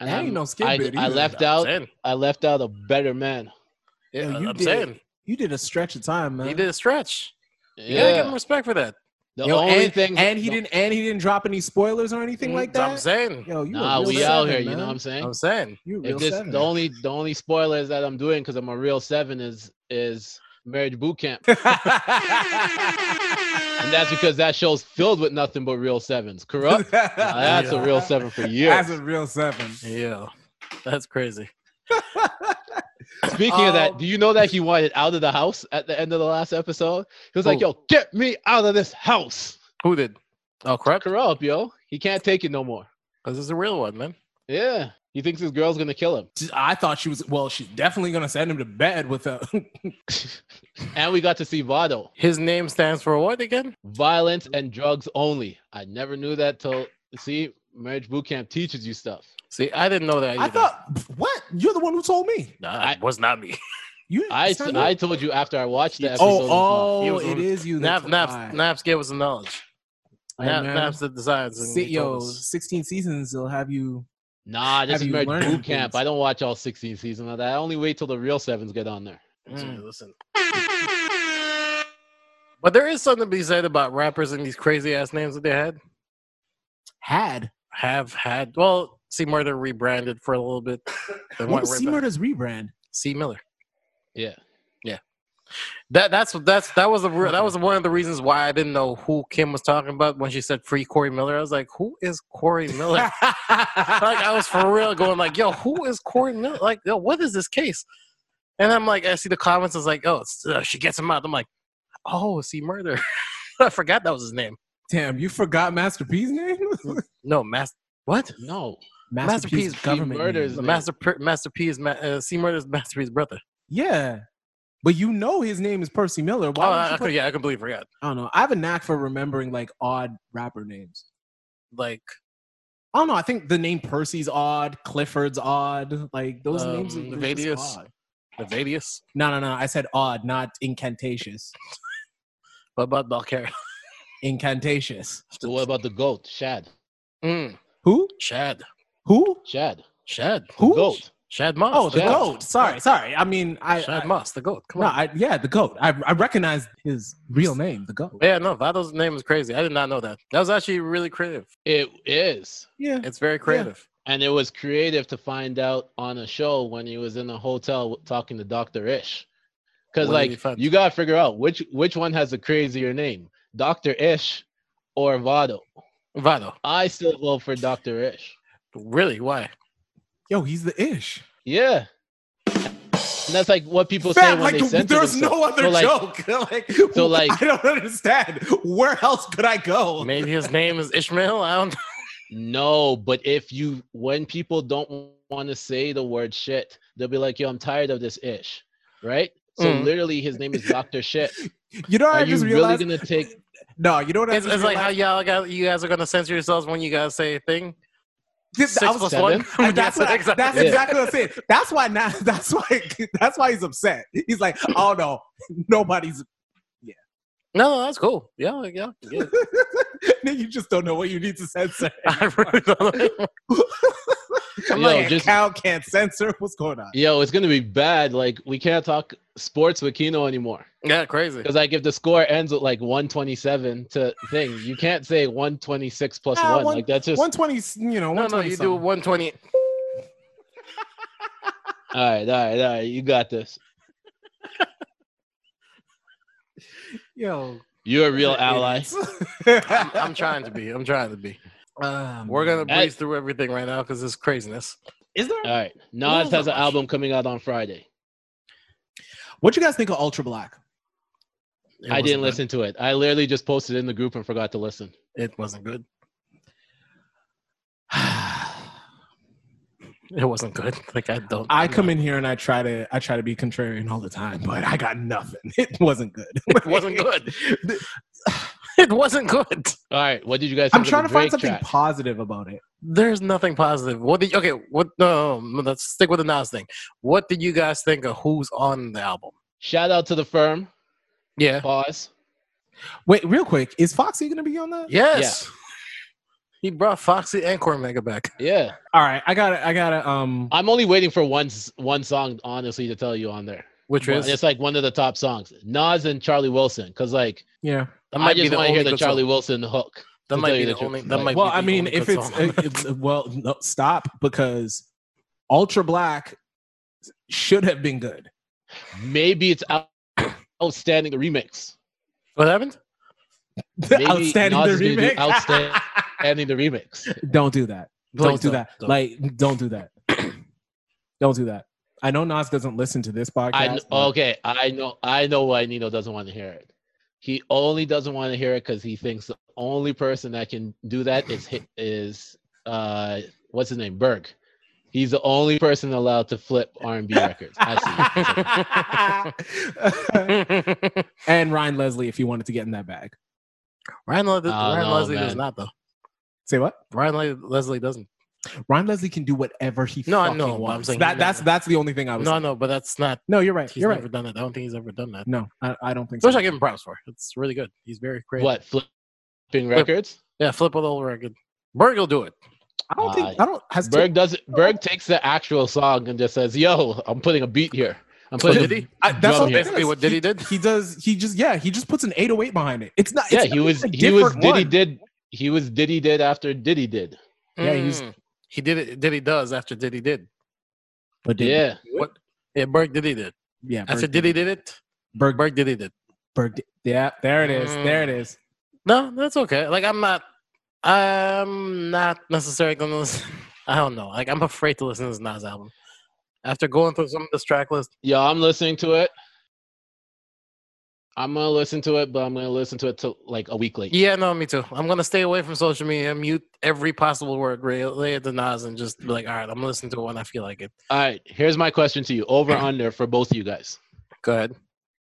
S3: That ain't
S2: I'm-
S3: no skip
S2: I,
S3: bid
S2: I
S3: either.
S2: left
S1: I'm
S2: out
S1: saying.
S2: I left out a better man.
S1: Yeah,
S3: Yo, you
S1: I'm
S3: did-
S1: saying
S3: You did a stretch of time, man.
S1: he did a stretch. You gotta give him
S2: Yeah.
S1: respect for that.
S2: The
S3: Yo,
S2: only
S3: and,
S2: thing
S3: and he
S2: the-
S3: didn't and he didn't drop any spoilers or anything like that.
S1: I'm saying.
S3: Yo, you a
S2: Mm, Nah,
S3: real
S2: we out
S3: seven,
S2: here, you
S3: man.
S2: know what I'm saying?
S1: I'm saying.
S3: You a real
S2: If this,
S3: seven. *laughs*
S2: the only the only spoilers that I'm doing because I'm a real seven is is marriage boot camp, *laughs* and that's because that show's filled with nothing but real
S3: *laughs*
S2: sevens. Corrupt. Now, that's a real seven for years.
S3: That's a real seven.
S1: Yeah, that's crazy.
S2: Speaking of that,
S3: Um,
S2: do you know that he wanted out of the house at the end of the last episode? He was like,
S1: Who?
S2: "Yo, get me out of this house!"
S1: Who did? Oh, correct.
S2: Corrupt, yo. He can't take it no more.
S1: This is a real one, man.
S2: Yeah, he thinks his girl's gonna kill him. *laughs*
S3: I thought she was. Well, she's definitely gonna send him to bed with a. *laughs*
S2: And we got to see Vado.
S1: His name stands for what again?
S2: Violence and drugs only. I never knew that till see, marriage boot camp teaches you stuff.
S1: See, I didn't know that. Either.
S3: I thought, what? You're the one who told me.
S1: Nah, it
S2: I-
S1: was not me.
S3: You.
S2: I
S3: it's not you.
S2: I told you after I watched the
S1: Oh,
S2: episode.
S3: Oh,
S1: He
S3: oh,
S1: was
S3: it
S1: on-
S3: is you. *laughs*
S1: Naps,
S3: That's
S1: Naps,
S3: why.
S1: Naps gave us the knowledge.
S3: Hey,
S1: Nap,
S3: man.
S1: Naps did the science. And
S3: Si-
S1: he told
S3: yo,
S1: us.
S3: 16 seasons. They'll have you.
S2: Nah, this
S3: Have
S2: is
S3: you
S2: marriage
S3: learned
S2: boot camp.
S3: things?
S2: I don't watch all 16 seasons of that. I only wait till the real sevens get on there.
S3: E
S1: Dude, Listen. Mm. But there is something to be said about rappers and these crazy ass names that they had.
S3: Had.
S1: Have had. Well, C Murder rebranded for a
S3: *laughs*
S1: little bit. Then
S3: What
S1: went
S3: was
S1: right
S3: C
S1: back.
S3: Murder's
S1: *laughs*
S3: rebrand?
S1: C Miller.
S2: Yeah.
S1: That that's that's that was a re- that was one of the reasons why I didn't know who Kim was talking about when she said free Corey Miller. I was like, who is Corey Miller?
S3: *laughs* like
S1: like I was for real going like, yo, who is Corey Miller? Like, yo, what is this case? And I'm like, I see the comments. It's like, oh, it's, uh, she gets him out. I'm like, oh, see murder. *laughs* I forgot that was his name.
S3: Damn, you forgot Master P's
S1: *laughs*
S3: name?
S1: No, Master. What?
S2: No.
S1: Master P's
S3: government
S2: murders.
S3: name.
S1: The
S2: name.
S1: Master Per- Master P is Ma- uh, C Murder's Master P's brother.
S3: Yeah. But you know his name is Percy Miller. Why
S1: oh,
S3: would
S1: I,
S3: you
S1: I
S3: put-
S1: could, yeah, I completely forgot.
S3: I don't know. I have a knack for remembering like odd rapper names.
S1: Like,
S3: I don't know. I think the name Percy's odd, Clifford's odd. Like those
S1: Um,
S3: names. Are, they're just
S1: Vadius.
S3: odd.
S1: Nevadius.
S3: No, no, no. I said odd, not incantatious.
S1: What about Balcar?
S3: Incantatious.
S2: So what about the goat? Shad.
S1: *laughs* Mm,
S3: Who?
S1: Shad.
S3: Who?
S2: Shad.
S1: Shad.
S2: The
S3: Who?
S2: goat.
S1: Shad Moss.
S3: Oh, the
S1: Shad.
S3: goat. Sorry, sorry. I mean, I.
S1: Shad
S3: I-
S1: Moss, the goat. Come
S3: no,
S1: on.
S3: I, yeah, the goat. I, I recognize his real name, the goat.
S1: yeah, no, Vado's name is crazy. I did not know that. That was actually really creative.
S2: It is.
S3: Yeah.
S1: It's very creative.
S2: And it was creative to find out on a show when he was in a hotel w- talking to Dr. Ish. Because
S1: What did he
S2: like
S1: find?
S2: you gotta figure out which which one has a crazier name, Dr. Ish or Vado.
S1: Vado,
S2: I still vote for Dr. Ish.
S1: really? Why?
S3: Yo, he's the ish.
S2: Yeah. And that's like what people say
S3: Fam,
S2: when
S3: like,
S2: they censor
S3: there's
S2: themselves.
S3: no other
S2: So, like,
S3: joke. *laughs* like,
S2: so, like-
S3: I don't understand. Where else could I go? *laughs*
S1: Maybe his name is Ishmael. I don't.
S2: No, but if you when people don't want to say the word shit, they'll be like, "Yo, I'm tired of this ish," right? So
S1: Mm.
S2: literally, his name is Doctor Shit.
S3: You know, what *laughs*
S2: Are
S3: I
S2: you
S3: just
S2: really
S3: realized.
S2: gonna take?
S3: No, you know what I
S1: It's,
S3: just
S1: it's like how
S3: realized?
S1: y'all got you guys are gonna censor yourselves when you guys say a thing.
S3: This-
S1: Six
S3: I was-
S1: plus
S2: seven?
S1: one.
S3: And
S1: *laughs*
S3: that's
S1: Yes,
S3: what I-
S1: exactly.
S3: that's
S2: Yeah.
S3: exactly what I'm saying. That's why now. *laughs* That's why. That's why he's upset. He's like, oh no, *laughs* nobody's. *laughs*
S1: No, no, that's cool. Yeah, yeah.
S3: *laughs*
S1: yeah.
S3: you just don't know what you need to censor.
S1: *laughs* I really don't know.
S3: I'm
S2: Yo,
S3: like, a
S2: just-
S3: cow can't censor. What's going on?
S2: Yo, it's gonna be bad. Like we can't talk sports with Kino anymore
S3: *laughs*
S1: yeah, crazy.
S2: because like if the score ends with like 127 to thing, you can't say 126 plus
S3: Ah,
S2: one.
S3: one-
S2: Like that's just
S3: 120. You know,
S1: No, no,
S3: 120
S1: you do 120.
S2: all right, all right, all right. You got this.
S3: Yo,
S2: You're a real
S3: *laughs*
S2: ally.
S1: I'm, I'm trying to be. I'm trying to be.
S3: Um,
S1: We're gonna
S2: Hey.
S1: breeze through everything right now because it's craziness.
S3: Is there?
S2: All right,
S3: What
S2: Nas
S3: else I
S2: has an
S3: watch?
S2: album coming out on Friday.
S3: What you guys think of Ultra Black? *sighs*
S1: It
S2: I
S1: wasn't
S2: didn't
S1: good.
S2: listen to it. I literally just posted it in the group and forgot to listen.
S1: It wasn't good. It wasn't good. *laughs* Like I don't.
S3: I come in here and I try to I try to be contrarian all the time, but I got nothing. *laughs* It wasn't good.
S1: *laughs* It wasn't good. *sighs* it wasn't good.
S2: All right, what did you guys?
S3: *laughs* I'm
S2: think of
S3: trying
S2: the
S3: to find
S2: Drake
S3: something
S2: track?
S3: positive about it.
S1: There's nothing positive. What did okay? What no? no, let's stick with the Nas thing. What did you guys think of who's on the album?
S2: Shout out to the firm.
S3: *laughs*
S1: Yeah.
S2: Pause.
S3: Wait, real quick, is Foxy gonna be on that?
S1: Yes. He brought Foxy and Cormega back.
S2: Yeah,
S3: All right, I got to I got to um.
S2: I'm only waiting for one s- one song, honestly, to tell you on there.
S1: Which
S2: Well,
S1: is
S2: It's like one of the top songs, Nas and Charlie Wilson, because like
S3: yeah.
S1: that
S2: I just
S1: the
S2: want to hear
S1: only
S2: the
S1: good
S2: Charlie
S1: song.
S2: Wilson hook.
S1: That
S2: to
S1: might
S2: tell
S1: be
S2: you
S1: the
S2: the
S1: only.
S2: truth.
S1: That
S2: Like,
S1: might.
S3: Well,
S1: be
S3: I
S1: the
S3: mean,
S1: only
S3: if
S1: good
S3: it's
S1: song.
S3: uh, well, no, stop because Ultra Black should have been good.
S2: Maybe it's out- outstanding the remix.
S1: *laughs* what happened?
S2: Maybe
S3: outstanding
S2: Nas
S3: the
S2: is gonna do
S3: remix. *laughs*
S2: outstanding. Outstanding the remix.
S3: don't do that.
S1: Please
S3: don't do that. *clears throat*
S1: don't.
S3: Like, don't do that. don't do that. I know Nas doesn't listen to this podcast.
S2: I kn- okay, I know I know why Nino doesn't want to hear it. He only doesn't want to hear it because he thinks the only person that can do that is hi- is uh what's his name Berg. He's the only person allowed to flip R and B records. I see. oh,
S3: but- *laughs* and Ryan Leslie, if you wanted to get in that bag.
S1: *laughs* Ryan, Le- Ryan
S2: no,
S1: Leslie does
S2: man.
S1: not though.
S3: Say what?
S1: Ryan Le- Leslie doesn't.
S3: Ryan Leslie can do whatever he.
S1: No, I
S3: fucking
S1: know, but I'm
S3: wants.
S1: saying
S3: that.
S1: he
S3: That's
S1: never-
S3: that's the only thing I was.
S1: No, no, but that's not.
S3: no, you're right.
S1: He's
S3: You're
S1: never
S3: right.
S1: done it. I don't think he's ever done that.
S3: No, I, I don't think so.
S1: Which I give him props for. It's really good. He's very *laughs* creative.
S2: what flipping records?
S1: Yeah, flip it over record. Berg
S3: *laughs*
S1: will do it.
S3: I don't think.
S2: Uh,
S3: I don't. Has
S2: Berg does it. Berg takes the actual song and just says, "Yo, I'm putting a beat here. I'm putting."
S1: did
S2: a-
S1: he?
S3: I, that's
S2: drum
S3: what
S2: here.
S1: Basically, what
S3: did
S1: Diddy did.
S3: He does. He just yeah. He just puts an 808 behind it. It's not.
S2: Yeah,
S3: it's
S2: he
S3: not
S2: was.
S3: even a
S2: He was
S3: different
S2: Diddy
S3: one.
S2: did. He was Diddy did after Diddy did.
S3: Yeah, he was-
S1: Mm. He did it. Diddy does after Diddy did.
S3: But did-
S2: Yeah.
S1: What? Yeah, Berg Diddy did.
S3: Yeah.
S1: After
S3: Berg
S1: Diddy did it,
S3: Berg.
S1: Berg Diddy did.
S3: Berg. did- Yeah. There it is.
S1: Mm.
S3: There it is.
S1: No, that's okay. Like I'm not. I'm not necessarily gonna listen. *laughs* I don't know. Like I'm afraid to listen to this Nas album. After going through some of this track list,
S2: Yo, I'm listening to it. I'm gonna listen to it, but I'm gonna listen to it till like a week late.
S1: yeah, no, me too. I'm gonna stay away from social media, mute every possible word related to Nas, and just be like, all right, I'm listening to it when I feel like it.
S2: All right, here's my question to you: over under for both of you guys.
S1: Go *laughs* ahead.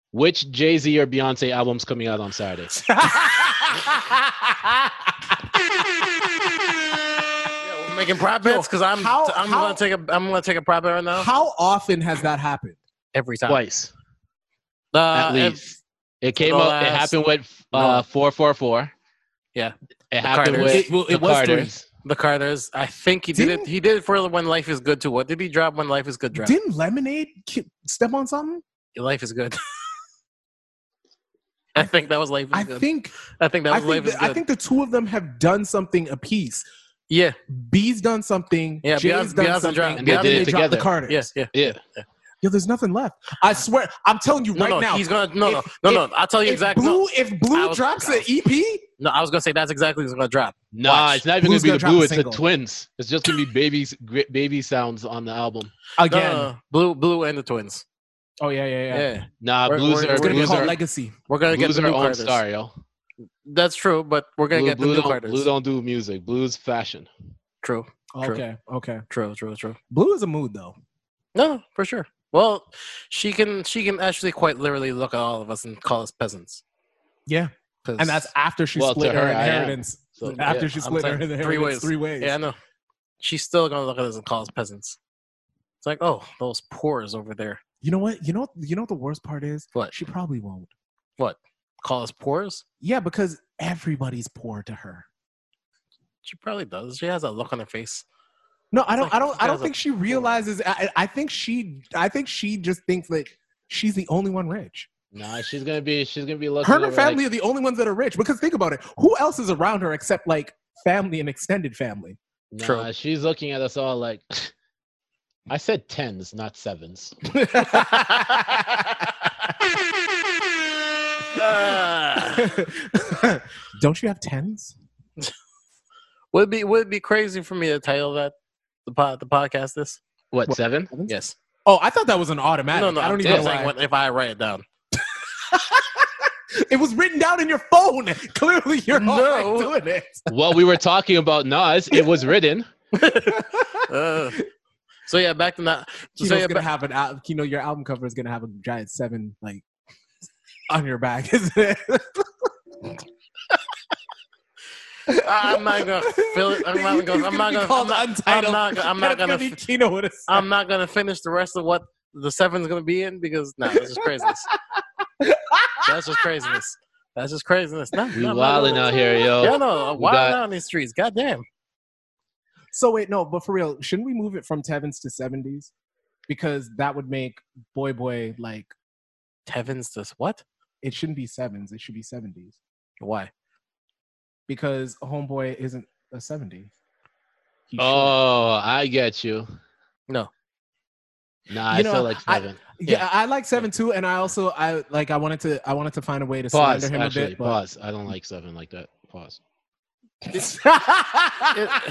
S2: Which Jay Z or Beyonce albums coming out on Saturday?
S1: Yeah, we're making prop
S3: Yo,
S1: bets because I'm
S3: how-
S1: I'm
S3: how-
S1: gonna take a I'm gonna take a prop bet right now
S3: How often has that happened?
S1: every time.
S2: Twice,
S1: Uh,
S2: at
S1: ev-
S2: least. It came
S1: the
S2: up. It
S1: last-
S2: happened with
S1: no.
S2: uh, four four four.
S1: Yeah.
S2: It happened
S1: Carters.
S2: with
S3: It- well, it
S2: the
S3: was three.
S2: Carters.
S1: the Carters. I think he did
S3: Didn't-
S1: it. He did it for when life is good too. What did he drop when life is good? Drop
S3: Didn't Lemonade ki- step on something?
S1: life is good. *laughs* I think that was life is
S3: I
S1: good.
S3: think.
S1: I think that
S3: I
S1: was life
S3: think,
S1: is
S3: the,
S1: good.
S3: I think the two of them have done something apiece.
S1: yeah,
S3: B's done something.
S1: Yeah,
S3: Jay's
S1: Beyonce-
S3: done
S1: Beyonce
S3: something.
S1: dropped-
S2: And they
S3: and
S2: did it
S3: they dropped the
S2: together.
S3: Carters.
S1: yes, yeah.
S2: Yeah.
S3: Yo, there's nothing left. I swear. I'm telling you
S1: No,
S3: right
S1: no,
S3: now.
S1: he's gonna no,
S3: if-
S1: no, no, no. I'll tell you
S3: if
S1: exactly.
S3: Blue,
S1: no,
S3: if
S1: I
S3: Blue
S1: was-
S3: drops an E EP,
S1: no, I was gonna say that's exactly what's gonna drop.
S2: Nah,
S1: Watch.
S2: it's not even
S3: Blue's gonna
S2: gonna be
S3: drop a
S2: the Blue. It's the
S3: single.
S2: Twins. It's
S3: *gasps*
S2: just gonna be babies, gri- baby sounds on the album.
S1: No,
S3: again.
S1: no, no. blue, blue, and the twins.
S3: Oh yeah, yeah, yeah.
S1: Yeah,
S2: Nah,
S1: We're-
S2: blues
S1: we're-
S2: are
S3: It's gonna be
S2: blues
S3: called
S2: are,
S3: Legacy.
S1: we're gonna get
S2: blues
S1: the
S2: are
S1: new
S2: on
S1: Carters.
S2: star, yo.
S1: That's true, but we're gonna
S2: blue,
S1: get the
S2: blue
S1: new
S2: don't,
S1: Carters.
S2: Blue don't do music. Blues fashion.
S1: True, True.
S3: Oh, Okay, okay.
S1: true, true, true.
S3: Blue is a mood though.
S1: No, for sure. Well, she can she can actually quite literally look at all of us and call us peasants.
S3: Yeah,
S1: 'cause-
S3: and that's after she
S2: Well,
S3: split
S2: to
S3: her,
S2: her, I am.
S3: inheritance.
S2: So
S3: after
S2: yeah,
S3: she
S1: I'm
S3: split her
S1: saying
S3: inheritance
S1: three
S3: three ways.
S1: ways. yeah, I know. She's still gonna look at us and call us peasants. It's like, oh, those pores over there.
S3: You know what? You know you know what the worst part is?
S1: What?
S3: She probably won't.
S1: Call us pores?
S3: Yeah, because everybody's poor to her.
S1: She probably does. She has that look on her
S2: *sighs*
S1: face.
S3: No, I don't.
S1: like
S3: I don't.
S1: she
S3: I don't
S1: has a
S3: think she
S1: poor-
S3: realizes. I, I I think she. I think she just thinks that she's the only one rich.
S2: Nah, she's gonna be she's gonna be looking.
S3: Her and her
S2: over like-
S3: family are the only ones that are rich. Because think about it. Who else is around her except like family and extended
S1: *laughs*
S3: family? *laughs*
S2: nah,
S1: True.
S2: she's looking at us all like. I said tens, not sevens.
S1: Ah.
S3: don't you have tens?
S1: would it be would it be crazy for me to title that the pod, the podcast this?
S2: What, seven?
S1: Yes.
S3: Oh, I thought that was an automatic.
S1: No, no,
S3: I don't
S1: I'm
S3: even
S1: just
S3: know
S1: saying
S3: why.
S1: what, if I write
S3: *laughs*
S1: it down.
S3: It was written down in your phone. *laughs* Clearly, you're
S1: No.
S3: already doing it.
S2: *laughs* well, we were talking about Nas. It was written.
S1: Ugh. Uh, so yeah, back to that. So,
S3: Kino's
S1: yeah,
S3: gonna
S1: ba-
S3: have an al- Kino. Your album cover is gonna have a giant seven like *laughs* on your back, *laughs* isn't it?
S1: I'm not gonna
S3: *laughs*
S1: fill it. Uh, I'm not gonna. I'm not gonna. I'm not, I'm not, I'm not gonna.
S3: be Kino with a
S1: I'm not gonna finish the rest of what the seven's gonna be in because no, nah, that's
S3: *laughs*
S1: just craziness. that's just craziness. That's just craziness. Nah,
S2: We
S1: nah, I'm not
S2: wilding
S1: gonna-
S2: out here, yo.
S1: Yeah, no,
S2: We
S1: wilding
S2: got-
S1: out in these streets. Goddamn.
S3: So wait, no, but for real, shouldn't we move it from Tevins to seventies? Because that would make Boy Boy like
S1: Tevin's this what?
S3: it shouldn't be sevens, it should be seventies.
S1: Why?
S3: Because Homeboy isn't a seventy. He's short.
S2: Oh, I get you.
S1: No.
S2: Nah,
S3: You
S2: I
S3: know,
S2: feel like
S3: I-
S2: seven.
S3: yeah, I like seven too, and I also I like I wanted to I wanted to find a way to
S2: pause.
S3: slander him
S2: Actually,
S3: a bit. But
S2: pause. I don't like seven like that. Pause.
S1: It-
S3: *laughs*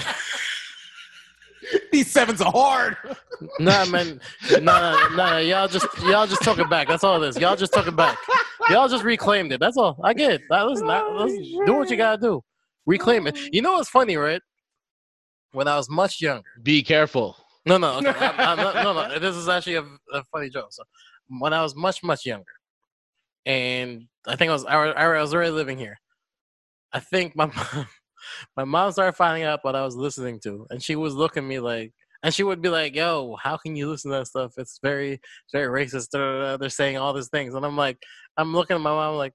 S3: These sevens are hard.
S1: Nah, man. Nah, nah, nah, y'all just y'all just took it back. That's all it is. Y'all just took it back. Y'all just reclaimed it. That's all. I get it. Nah, listen, nah, listen, do what you gotta do. Reclaim it. You know what's funny, right? When I was much younger.
S2: Be careful.
S1: No, no, okay. I, I, no, no, no. This is actually a, a funny joke. So, when I was much, much younger, and I think I was, I, was- I was already living here. I think my mom, my mom started finding out what I was listening to, and she was looking at me like, and she would be like, "Yo, how can you listen to that stuff? It's very, it's very racist. da, da, da. They're saying all these things," and I'm like, I'm looking at my mom like,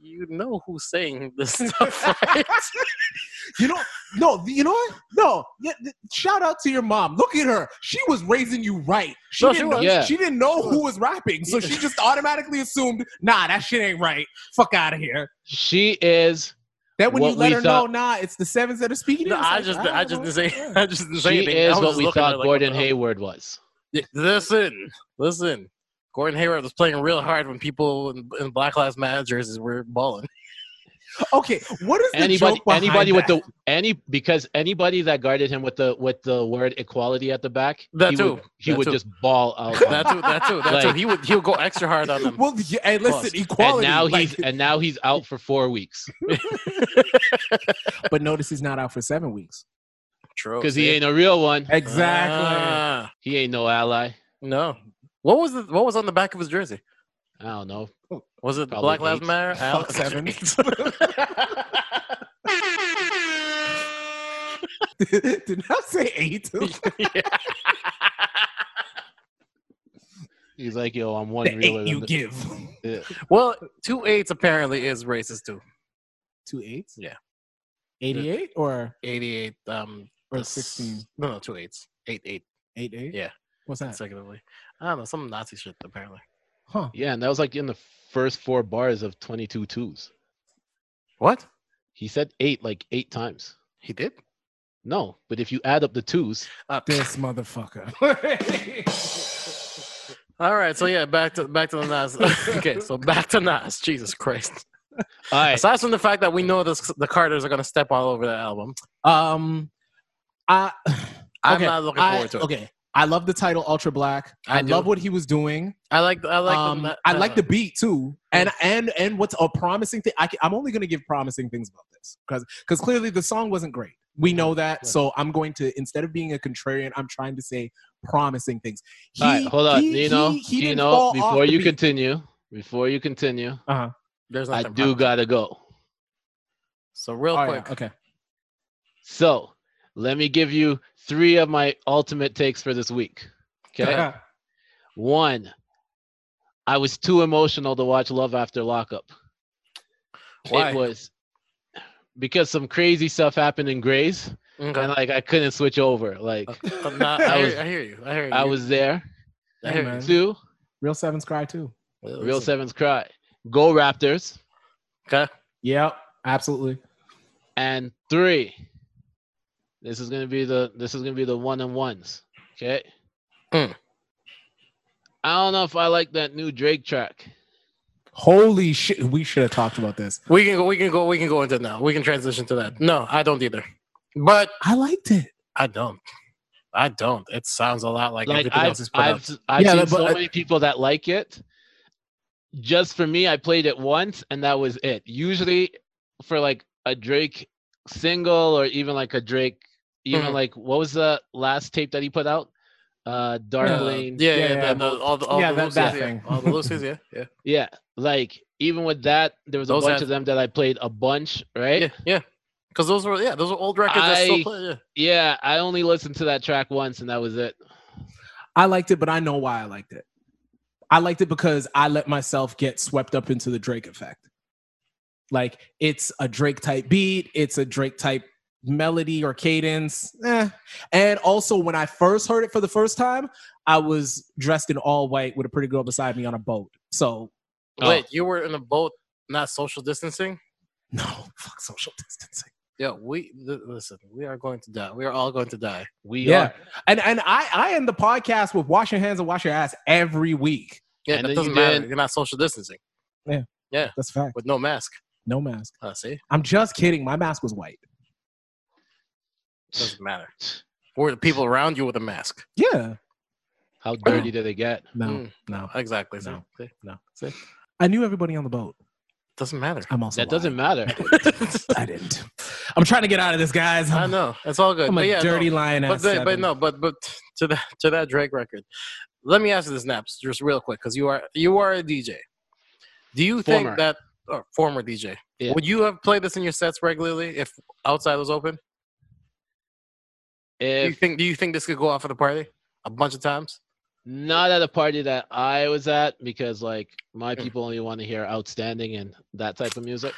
S1: "You know who's saying this stuff?" right?"
S3: You know, no, you know what? No, yeah, th- shout out to your mom. Look at her. She was raising you right. She,
S1: No, she
S3: didn't,
S1: was.
S3: know,
S2: Yeah.
S3: she didn't know who was rapping, so she just automatically assumed, nah, that shit ain't right. Fuck out of here.
S2: She is
S3: Then when
S2: What
S3: you let
S2: we
S3: her
S2: thought-
S3: know, nah, it's the sevens that are speaking.
S1: No,
S3: it's
S1: I
S3: like,
S1: just,
S3: "All
S1: I
S3: right,
S1: just
S3: well,
S1: didn't say,
S3: yeah."
S1: I just didn't say
S2: she
S1: anything. I
S2: is
S1: was
S2: what
S1: just
S2: we
S1: looking at her
S2: thought
S1: like, what
S2: Gordon
S1: the hell?
S2: Hayward was.
S1: Yeah, Listen, listen. Gordon Hayward was playing real hard when people in, in Black Lives Matter jerseys were balling.
S3: Okay, what is the
S2: Anybody
S3: joke behind
S2: anybody with
S3: that?
S2: the any because anybody that guarded him with the with the word equality at the back,
S1: That
S2: he
S1: too.
S2: would, he
S1: That
S2: would
S1: too.
S2: just ball out.
S1: *laughs*
S2: on
S1: That too, that too, that too.
S2: Like-
S1: He would he would go extra hard on them.
S3: Well, yeah, hey, listen,
S1: Plus.
S3: equality.
S2: and now
S3: like-
S2: he's and now he's out for
S1: *laughs*
S2: four weeks
S3: but notice he's not out for seven weeks.
S1: True,
S2: because
S1: see?
S2: he ain't a real one.
S3: *laughs* Exactly.
S1: Ah,
S2: He ain't no ally.
S1: no. What was the, what was on the back of his jersey?
S2: I don't know.
S1: Was it
S2: Probably
S1: Black Lives
S2: eight.
S1: Matter? Al-
S3: seven.
S2: *laughs*
S3: Did not say eight.
S2: He's like, yo, I'm one
S3: the
S2: realer.
S3: eight
S2: than
S3: you
S2: the-
S3: give.
S1: well, two eights apparently is racist too.
S3: Two eights.
S1: Yeah.
S3: Eighty-eight or
S1: Eighty-eight, um,
S3: or
S1: s-
S3: 16?
S1: No, no, two eights, eight, eight
S3: eight eight.
S1: Yeah.
S3: What's that?
S1: consecutively. I don't know, some Nazi shit apparently.
S3: Huh.
S2: Yeah, and that was like in the first four bars of 22 twos.
S1: What?
S2: He said eight like eight times.
S1: He did?
S2: No, but if you add up the twos,
S1: Uh,
S3: This motherfucker. *laughs*
S1: all right, so yeah, back to back to the Nas. okay, so back to Nas. Jesus Christ.
S2: all right,
S1: Aside from the fact that we know this, the Carters are going to step all over that album,
S3: um, I. *sighs*
S1: I'm
S3: okay,
S1: not looking
S3: I-
S1: forward to it.
S3: Okay. I love the title Ultra Black.
S1: I
S3: I,
S1: do.
S3: love what he was doing.
S1: I like I like
S3: um,
S1: the,
S3: I like the beat too, and and and what's a promising thing? I can, I'm only going to give promising things about this because because clearly the song wasn't great. We know that, so I'm going to instead of being a contrarian, I'm trying to say promising things. He,
S2: all right. Hold on,
S3: he-
S2: Nino.
S3: he- he didn't fall
S2: Nino,
S3: off
S2: before
S3: the
S2: you
S3: beat.
S2: continue, before you continue,
S3: uh-huh.
S1: There's
S2: I
S1: nothing
S2: do
S1: promising.
S2: gotta go.
S1: so real
S3: All right,
S1: quick.
S3: okay.
S2: So let me give you three of my ultimate takes for this week. Okay. One, I was too emotional to watch Love After Lockup.
S1: Why?
S2: It was because some crazy stuff happened in Grays,
S1: Okay.
S2: and like I couldn't switch over. Like
S1: *laughs* Uh, nah, I,
S2: I
S1: hear,
S2: was-
S1: I hear you. I hear you.
S2: I was there.
S1: I hear
S3: Hey,
S1: you.
S3: man.
S2: Two,
S3: *laughs* Real Sevens Cry too.
S2: Real
S1: Listen.
S2: Sevens Cry, Go Raptors,
S1: Okay.
S3: Yep, absolutely.
S2: and three. This is gonna be the this is gonna be the one and ones. Okay.
S1: Mm.
S2: I don't know if I like that new Drake track.
S3: Holy shit, we should have talked about this.
S1: We can go. We can go. We can go into it now. We can transition to that. No, I don't either. But
S3: I liked it.
S1: I don't. I don't. It sounds a lot like,
S2: like
S1: everything
S2: I've,
S1: else is put out.
S2: I've, I've
S3: Yeah,
S2: seen
S3: but-
S2: so many people that like it. Just for me, I played it once and that was it. Usually, for like a Drake single or even like a Drake, even
S1: Mhm.
S2: like what was the last tape that he put out? Uh, Darkling.
S1: yeah, yeah,
S3: Yeah,
S1: the-
S3: yeah,
S1: the- all the all
S3: yeah,
S1: the
S3: that-
S1: loosies,
S3: that
S1: yeah.
S3: thing.
S1: all the loosies,
S3: *laughs*
S1: yeah, yeah,
S2: yeah. Like even with that, there was a
S1: Those
S2: bunch
S1: have-
S2: of them that I played a bunch, right?
S1: yeah, yeah. Because those were yeah, those were old records. that still
S2: I-
S1: play, yeah.
S2: yeah, I only listened to that track once and that was it.
S3: I liked it, but I know why I liked it. I liked it because I let myself get swept up into the Drake effect. Like it's a Drake type beat, it's a Drake type melody or cadence. eh. And also, when I first heard it for the first time, I was dressed in all white with a pretty girl beside me on a boat. So *laughs*
S2: Oh.
S1: Wait, you were in a boat, not social distancing?
S3: no, fuck social distancing.
S1: Yeah, we li- listen. We are going to die. We are all going to die.
S2: We
S3: Yeah.
S2: are.
S3: And and I I end the podcast with wash your hands and wash your ass every week.
S1: Yeah,
S2: And
S1: that
S2: then
S1: doesn't
S2: you
S1: matter.
S2: did-
S1: You're not social distancing
S3: That's a fact.
S1: with no mask.
S3: No mask.
S1: Uh, see,
S3: I'm just kidding. My mask was white.
S1: doesn't matter. Or the people around you with a mask.
S3: Yeah.
S2: How dirty do they get?
S3: No,
S1: Mm.
S3: no,
S1: Exactly.
S3: No.
S1: So it
S3: no. See? I knew everybody on the boat.
S1: doesn't
S3: *laughs*
S1: matter.
S3: I'm also
S2: That doesn't matter.
S1: *laughs*
S3: I didn't. I'm trying to get out of this, guys.
S1: I
S3: I'm,
S1: know it's all good.
S3: I'm a
S1: but yeah, no.
S3: dirty lioness.
S1: but, they, but
S3: Evan.
S1: no, but but to that to that Drake record, let me ask you this, Naps, just real quick, because you are you are a DJ. Do you
S2: Former.
S1: think that or former DJ
S2: Yeah.
S1: would you have played this in your sets regularly if outside was open? do you
S2: If
S1: think do you think this could go off at the party a bunch of times?
S2: not at a party that I was at, because like my
S1: Mm.
S2: people only want to hear outstanding and that type of music.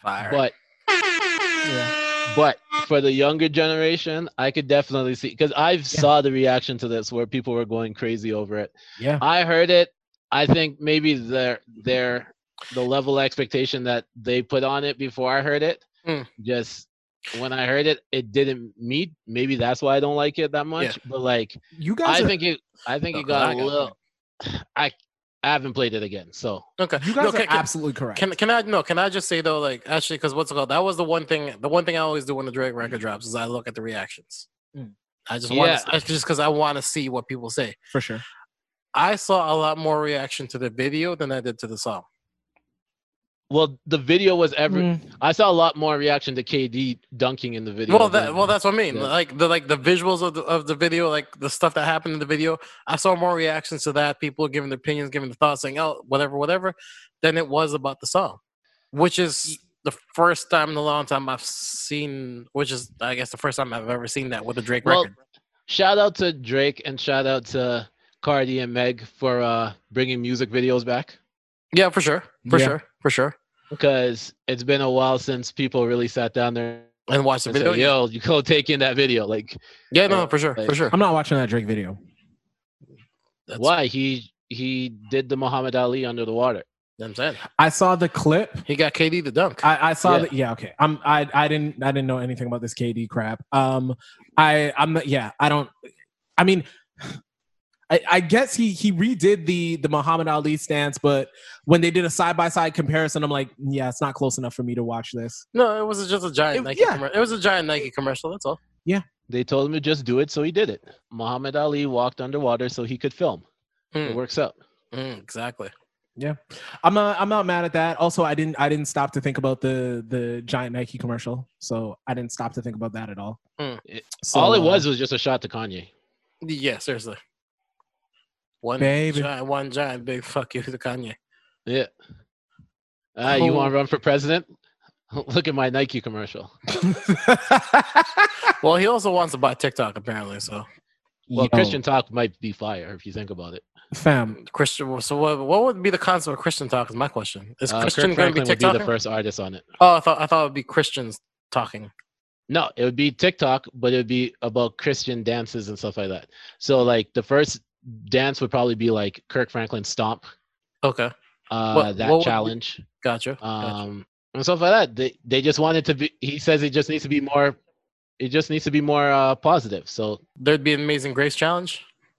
S1: Fire.
S2: But
S3: Yeah.
S2: but for the younger generation, I could definitely see because I've saw the reaction to this where people were going crazy over it.
S3: Yeah.
S2: I heard it. I think maybe their their the level of expectation that they put on it before I heard it.
S1: Mm.
S2: Just when I heard it, it didn't meet. Maybe that's why I don't like it that much. But like
S3: You guys,
S2: I
S3: are,
S2: think it I think
S1: No,
S2: it
S1: 'cause
S2: got
S1: Oh, I
S2: a
S1: got
S2: little *sighs* I I haven't played it again. So
S1: okay,
S3: you guys
S1: No,
S3: are
S1: can, can,
S3: absolutely correct.
S1: can can I no? Can I just say though, like actually, because what's it called? That was the one thing. The one thing I always do when the Drake record drops is I look at the reactions.
S3: Mm.
S1: I just want
S2: Yeah.
S1: to just because I want to see what people say.
S3: for sure.
S1: I saw a lot more reaction to the video than I did to the song.
S2: well the video was
S3: Hmm.
S2: every I saw a lot more reaction to KD dunking in the video.
S1: Well, that
S2: than-
S1: well, that's what I mean.
S2: Yeah.
S1: Like the like the visuals of the, of the video, like the stuff that happened in the video. I saw more reactions to that. People giving their opinions, giving their thoughts, saying "oh, whatever, whatever," than it was about the song, which is the first time in a long time I've seen. Which is, I guess, the first time I've ever seen that with a Drake
S2: Well,
S1: record.
S2: shout out to Drake and shout out to Cardi and Meg for uh, bringing music videos back
S1: Yeah, for sure, for
S3: Yeah.
S1: sure, for sure.
S2: because it's been a while since people really sat down there
S1: And watch the
S2: and
S1: video.
S2: said,
S1: yeah.
S2: "Yo, you go *laughs* take in that video." Like,
S1: yeah, no,
S2: uh,
S1: for sure, for
S2: like-
S1: sure.
S3: I'm not watching that Drake video.
S1: That's
S2: why he he did the Muhammad Ali under the water?
S1: what I'm saying.
S3: I saw the clip.
S1: He got KD to dunk.
S3: I, I saw
S2: Yeah.
S3: that. Yeah, okay. I'm. I. I didn't. I didn't know anything about this KD crap. Um, I. I'm. not- Yeah. I don't. I mean, *sighs* I, I guess he he redid the the Muhammad Ali stance, but when they did a side by side comparison, I'm like, yeah, it's not close enough for me to watch this.
S1: no, it was just a giant
S3: It-
S1: Nike.
S3: yeah.
S1: commer- it was a giant Nike commercial. That's all.
S2: They told him to just do it, so he did it. Muhammad Ali walked underwater so he could film. It
S1: Hmm.
S2: works out.
S1: Mm, exactly.
S3: I'm not. I'm not mad at that. Also, I didn't. I didn't stop to think about the the giant Nike commercial, so I didn't stop to think about that at all.
S1: Mm.
S2: It-
S3: So,
S2: Hmm. All it
S3: uh,
S2: was was just a shot to Kanye.
S1: Yeah, seriously. One
S3: Baby.
S1: giant, one giant big fuck you to Kanye.
S2: Yeah. Uh, You
S1: Cool.
S2: want to run for president? *laughs* Look at my Nike commercial.
S3: uh, *laughs*
S1: Well, he also wants to buy TikTok apparently. So
S2: Well,
S3: Yo,
S2: Christian Talk might be fire if you think about it.
S3: fam,
S1: Christian, so what, what would be the concept of Christian talk? Is my question. Is
S2: Uh, Kirk
S1: Christian going to be
S2: Franklin would be
S1: TikTok?
S2: the first artist on it.
S1: oh, I thought I thought it would be Christians talking.
S2: No, it would be TikTok, but it would be about Christian dances and stuff like that. So like the first dance would probably be like Kirk Franklin stomp,
S1: Okay,
S2: uh,
S1: What-
S2: that
S1: what would be-
S2: challenge,
S1: gotcha. gotcha.
S2: um, and stuff like that. They they just wanted to be. He says it just needs to be more. It just needs to be more uh, positive. So
S1: There'd be an Amazing Grace challenge.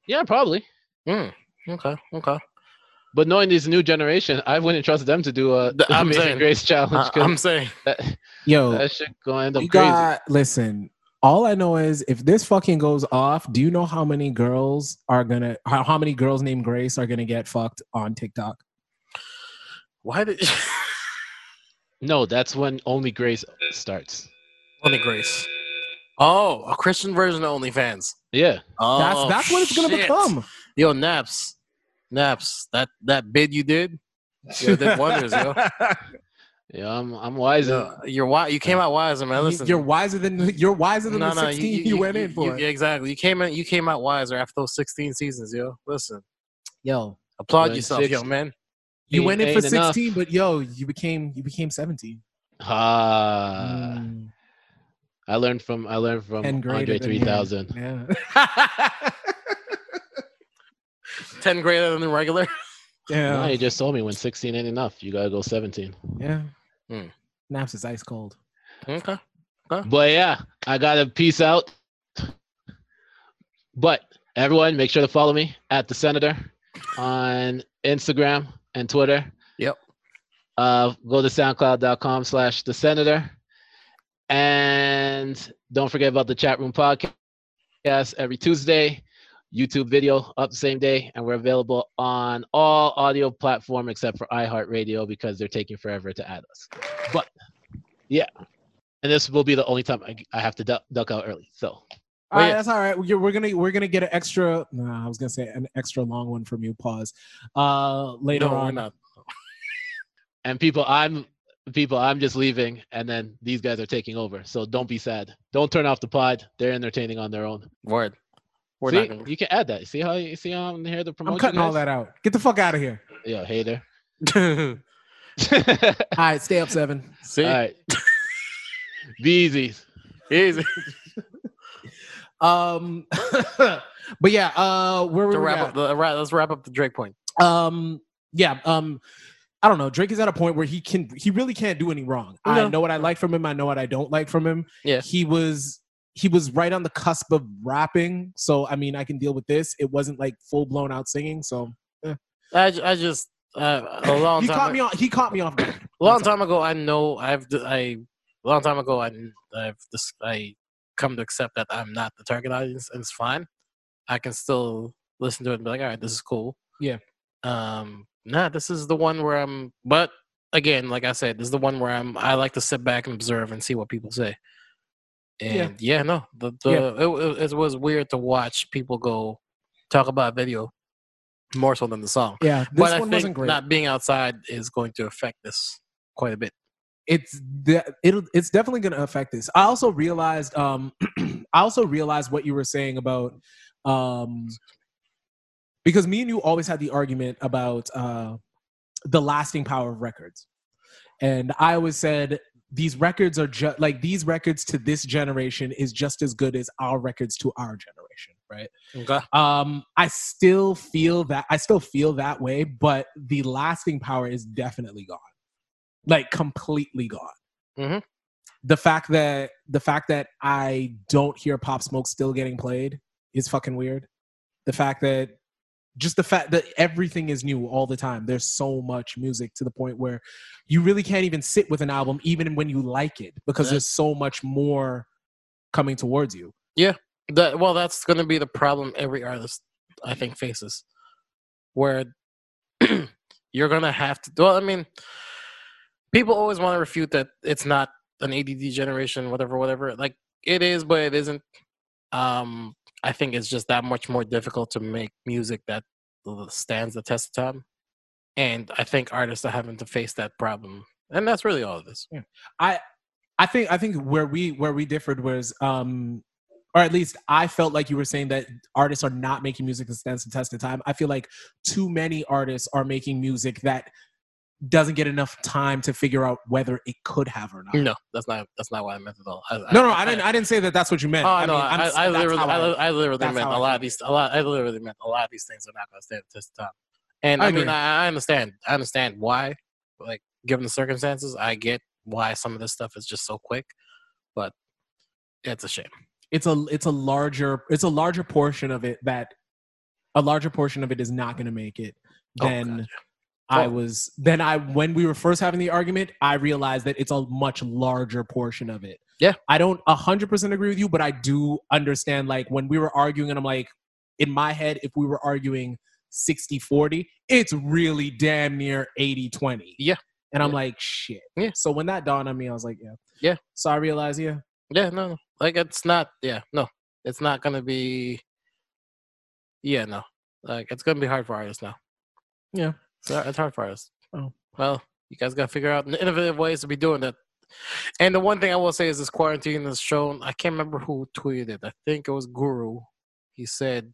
S2: yeah, probably.
S1: Mm, okay, okay.
S2: But knowing this new generation, I wouldn't trust them to do a
S1: The- I'm
S2: Amazing
S1: saying-
S2: Grace challenge.
S1: I,
S2: 'cause
S1: I'm saying
S2: that,
S3: yo,
S2: that shit gonna end up
S3: Oh. You
S2: crazy.
S3: got listen. All I know is if this fucking goes off, do you know how many girls are gonna how, how many girls named Grace are gonna get fucked on TikTok?
S1: why did *laughs*
S2: No, that's when only Grace starts.
S1: only Grace? Oh, a Christian version of OnlyFans.
S2: Yeah.
S1: Oh,
S3: That's that's what it's gonna
S1: shit.
S3: become.
S1: Yo, Naps, Naps, that that bid you did, yo, did
S3: *laughs*
S1: wonders, yo.
S2: Yeah, I'm I'm wise.
S1: Yo, You're wise. You came out wiser, man. Listen,
S3: You're wiser than you're wiser than the sixteen you, went in for.
S1: you- exactly. You came in. You came out wiser after those 16 seasons, yo. Listen,
S3: yo,
S1: applaud
S2: Well,
S1: yourself,
S2: six-
S1: yo, man.
S3: you
S2: Ain't-
S3: went in for
S2: ain't enough.
S3: sixteen, but yo, you became you became seventeen.
S2: Ah,
S3: Mm,
S2: I learned from I learned from
S3: and greater
S2: Andre
S3: than you.
S2: 3000.
S3: Yeah. *laughs*
S1: 10 greater than the regular.
S2: No,
S3: yeah.
S2: you just told me when 16 ain't enough, you gotta go 17.
S3: Yeah.
S1: Mm.
S3: Naps is ice cold.
S1: Okay.
S2: But yeah, I gotta peace out. But everyone, make sure to follow me at the Senator on Instagram and Twitter.
S1: Yep.
S2: Uh, go to soundcloud.com slash the Senator. And don't forget about the chat room podcast every Tuesday. YouTube video up the same day, and we're available on all audio platform except for iHeartRadio because they're taking forever to add us. But yeah, and this will be the only time I, I have to duck, duck out early. So
S3: All right,
S1: yeah.
S3: that's all right. We're we're gonna we're gonna get an extra. Nah, I was gonna say an extra long one from you. Pause. Uh, later
S1: No, we're
S3: on.
S1: not.
S2: and people i'm people i'm just leaving and then these guys are taking over so don't be sad don't turn off the pod they're entertaining on their own
S1: Word. We're
S2: see,
S1: not gonna.
S2: you can add that see how you see how i'm here to promote
S3: I'm cutting
S2: you
S3: all
S2: guys?
S3: that out. Get the fuck out of here.
S2: yeah hater
S1: *laughs*
S3: All right, stay up seven.
S1: See,
S2: all right be easy
S1: easy.
S3: Um, *laughs* but yeah, uh, where were
S1: To
S3: we
S1: wrap
S3: at?
S1: up, the, right, let's wrap up the Drake point.
S3: um yeah um i don't know drake is at a point where he can he really can't do any wrong i
S1: No.
S3: know what i like from him i know what i don't like from him
S1: Yeah.
S3: he was he was right on the cusp of rapping so i mean i can deal with this it wasn't like full blown out singing so
S1: I, ju- I just uh,
S3: *laughs*
S1: a long
S3: he
S1: time.
S3: caught me on he caught me off guard
S1: long time ago i know i've d- i long time ago I, i've dis- i come to accept that i'm not the target audience and it's fine i can still listen to it and be like all right this is cool
S3: Yeah.
S1: um nah this is the one where i'm but again like i said this is the one where i'm i like to sit back and observe and see what people say
S3: Yeah.
S1: and yeah, no the, the
S3: Yeah.
S1: It, it, it was weird to watch people go talk about video more so than the song
S3: yeah this
S1: but i
S3: one
S1: think
S3: wasn't great
S1: not being outside is going to affect this quite a bit
S3: it's de- it'll it's definitely going to affect this i also realized um *clears throat* i also realized what you were saying about um because me and you always had the argument about uh the lasting power of records and i always said these records are just like these records to this generation is just as good as our records to our generation right
S1: Okay.
S3: um i still feel that i still feel that way but the lasting power is definitely gone like completely gone
S1: Mhm.
S3: the fact that the fact that i don't hear pop smoke still getting played is fucking weird the fact that just the fact that everything is new all the time there's so much music to the point where you really can't even sit with an album even when you like it because
S1: That-
S3: there's so much more coming towards you
S1: That well, that's going to be the problem every artist I think faces, where *clears throat* you're going to have to. Well, I mean, people always want to refute that it's not an ADD generation, whatever, whatever. Like it is, but it isn't. Um, I think it's just that much more difficult to make music that stands the test of time, and I think artists are having to face that problem, and that's really all of this.
S3: I think I think where we where we differed was um or at least I felt like you were saying that artists are not making music that stands the test of time. I feel like too many artists are making music that doesn't get enough time to figure out whether it could have or not.
S1: No, that's not that's not what I meant at all. I,
S3: No, no, I didn't. I didn't say that. That's what you meant.
S1: Oh
S3: I
S1: no,
S3: mean, I'm-
S1: I, I
S3: that's
S1: literally,
S3: how
S1: I,
S3: I-
S1: li- I literally
S3: that's
S1: meant
S3: how
S1: a
S3: I
S1: lot
S3: feel.
S1: of these, a lot, I literally meant a lot of these things are not going to stand the test of time. And
S3: I
S1: I,
S3: agree.
S1: mean, I, I understand, I understand why. Like, given the circumstances, I get why some of this stuff is just so quick, but it's a shame.
S3: it's a it's a larger it's a larger portion of it that a larger portion of it is not going to make it
S1: Oh,
S3: than
S1: God.
S3: I
S1: Oh.
S3: was then I when we were first having the argument I realized that it's a much larger portion of it.
S1: Yeah.
S3: I don't 100% agree with you but I do understand like when we were arguing and I'm like in my head if we were arguing 60 40 it's really damn near 80 20.
S1: Yeah.
S3: And I'm
S1: Yeah.
S3: like shit.
S1: Yeah.
S3: So when that dawned on me I was like yeah.
S1: Yeah.
S3: So I realized yeah
S1: Yeah, no, no. like it's not. Yeah, no, it's not going to be. Yeah, no, like it's going to be hard for artists now.
S3: Yeah.
S1: it's, hard- it's hard for artists.
S3: Oh.
S1: well, you guys got to figure out innovative ways to be doing that. And the one thing I will say is this quarantine has shown. I can't remember who tweeted it. I think it was Guru. He said,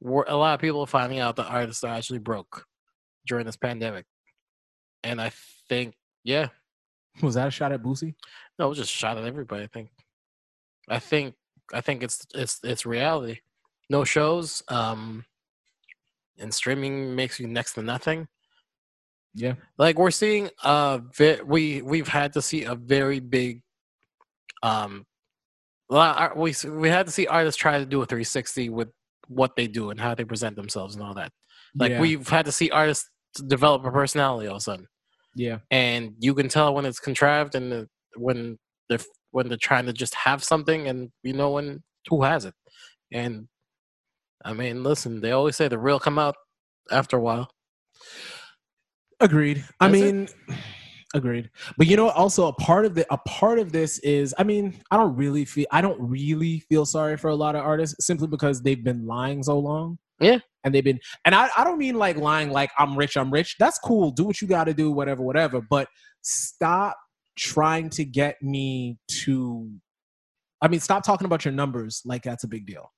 S1: "We're a lot of people are finding out that artists are actually broke during this pandemic," and I think, yeah,
S3: was that a shot at Boosie?
S1: no, it was just shot at everybody. I think. I think. I think it's it's it's reality. No shows. Um, and streaming makes you next to nothing.
S3: Yeah.
S1: Like we're seeing a ve- we we've had to see a very big, um, lot- ar- we s- we had to see artists try to do a 360 with what they do and how they present themselves and all that. Like
S3: Yeah.
S1: we've had to see artists develop a personality all of a sudden
S3: Yeah.
S1: and you can tell when it's contrived and the, when they're when they're trying to just have something and you know when who has it and I mean, listen, they always say the real come out after a while.
S3: Agreed. I
S1: That's it.
S3: mean, agreed. But you know, also a part of the a part of this is, I mean, I don't really feel I don't really feel sorry for a lot of artists simply because they've been lying so long.
S1: Yeah.
S3: And they've been and I, I don't mean like lying like I'm rich, I'm rich. That's cool. Do what you gotta do, whatever, whatever. But stop trying to get me to I mean, stop talking about your numbers like that's a big
S1: *laughs*
S3: deal.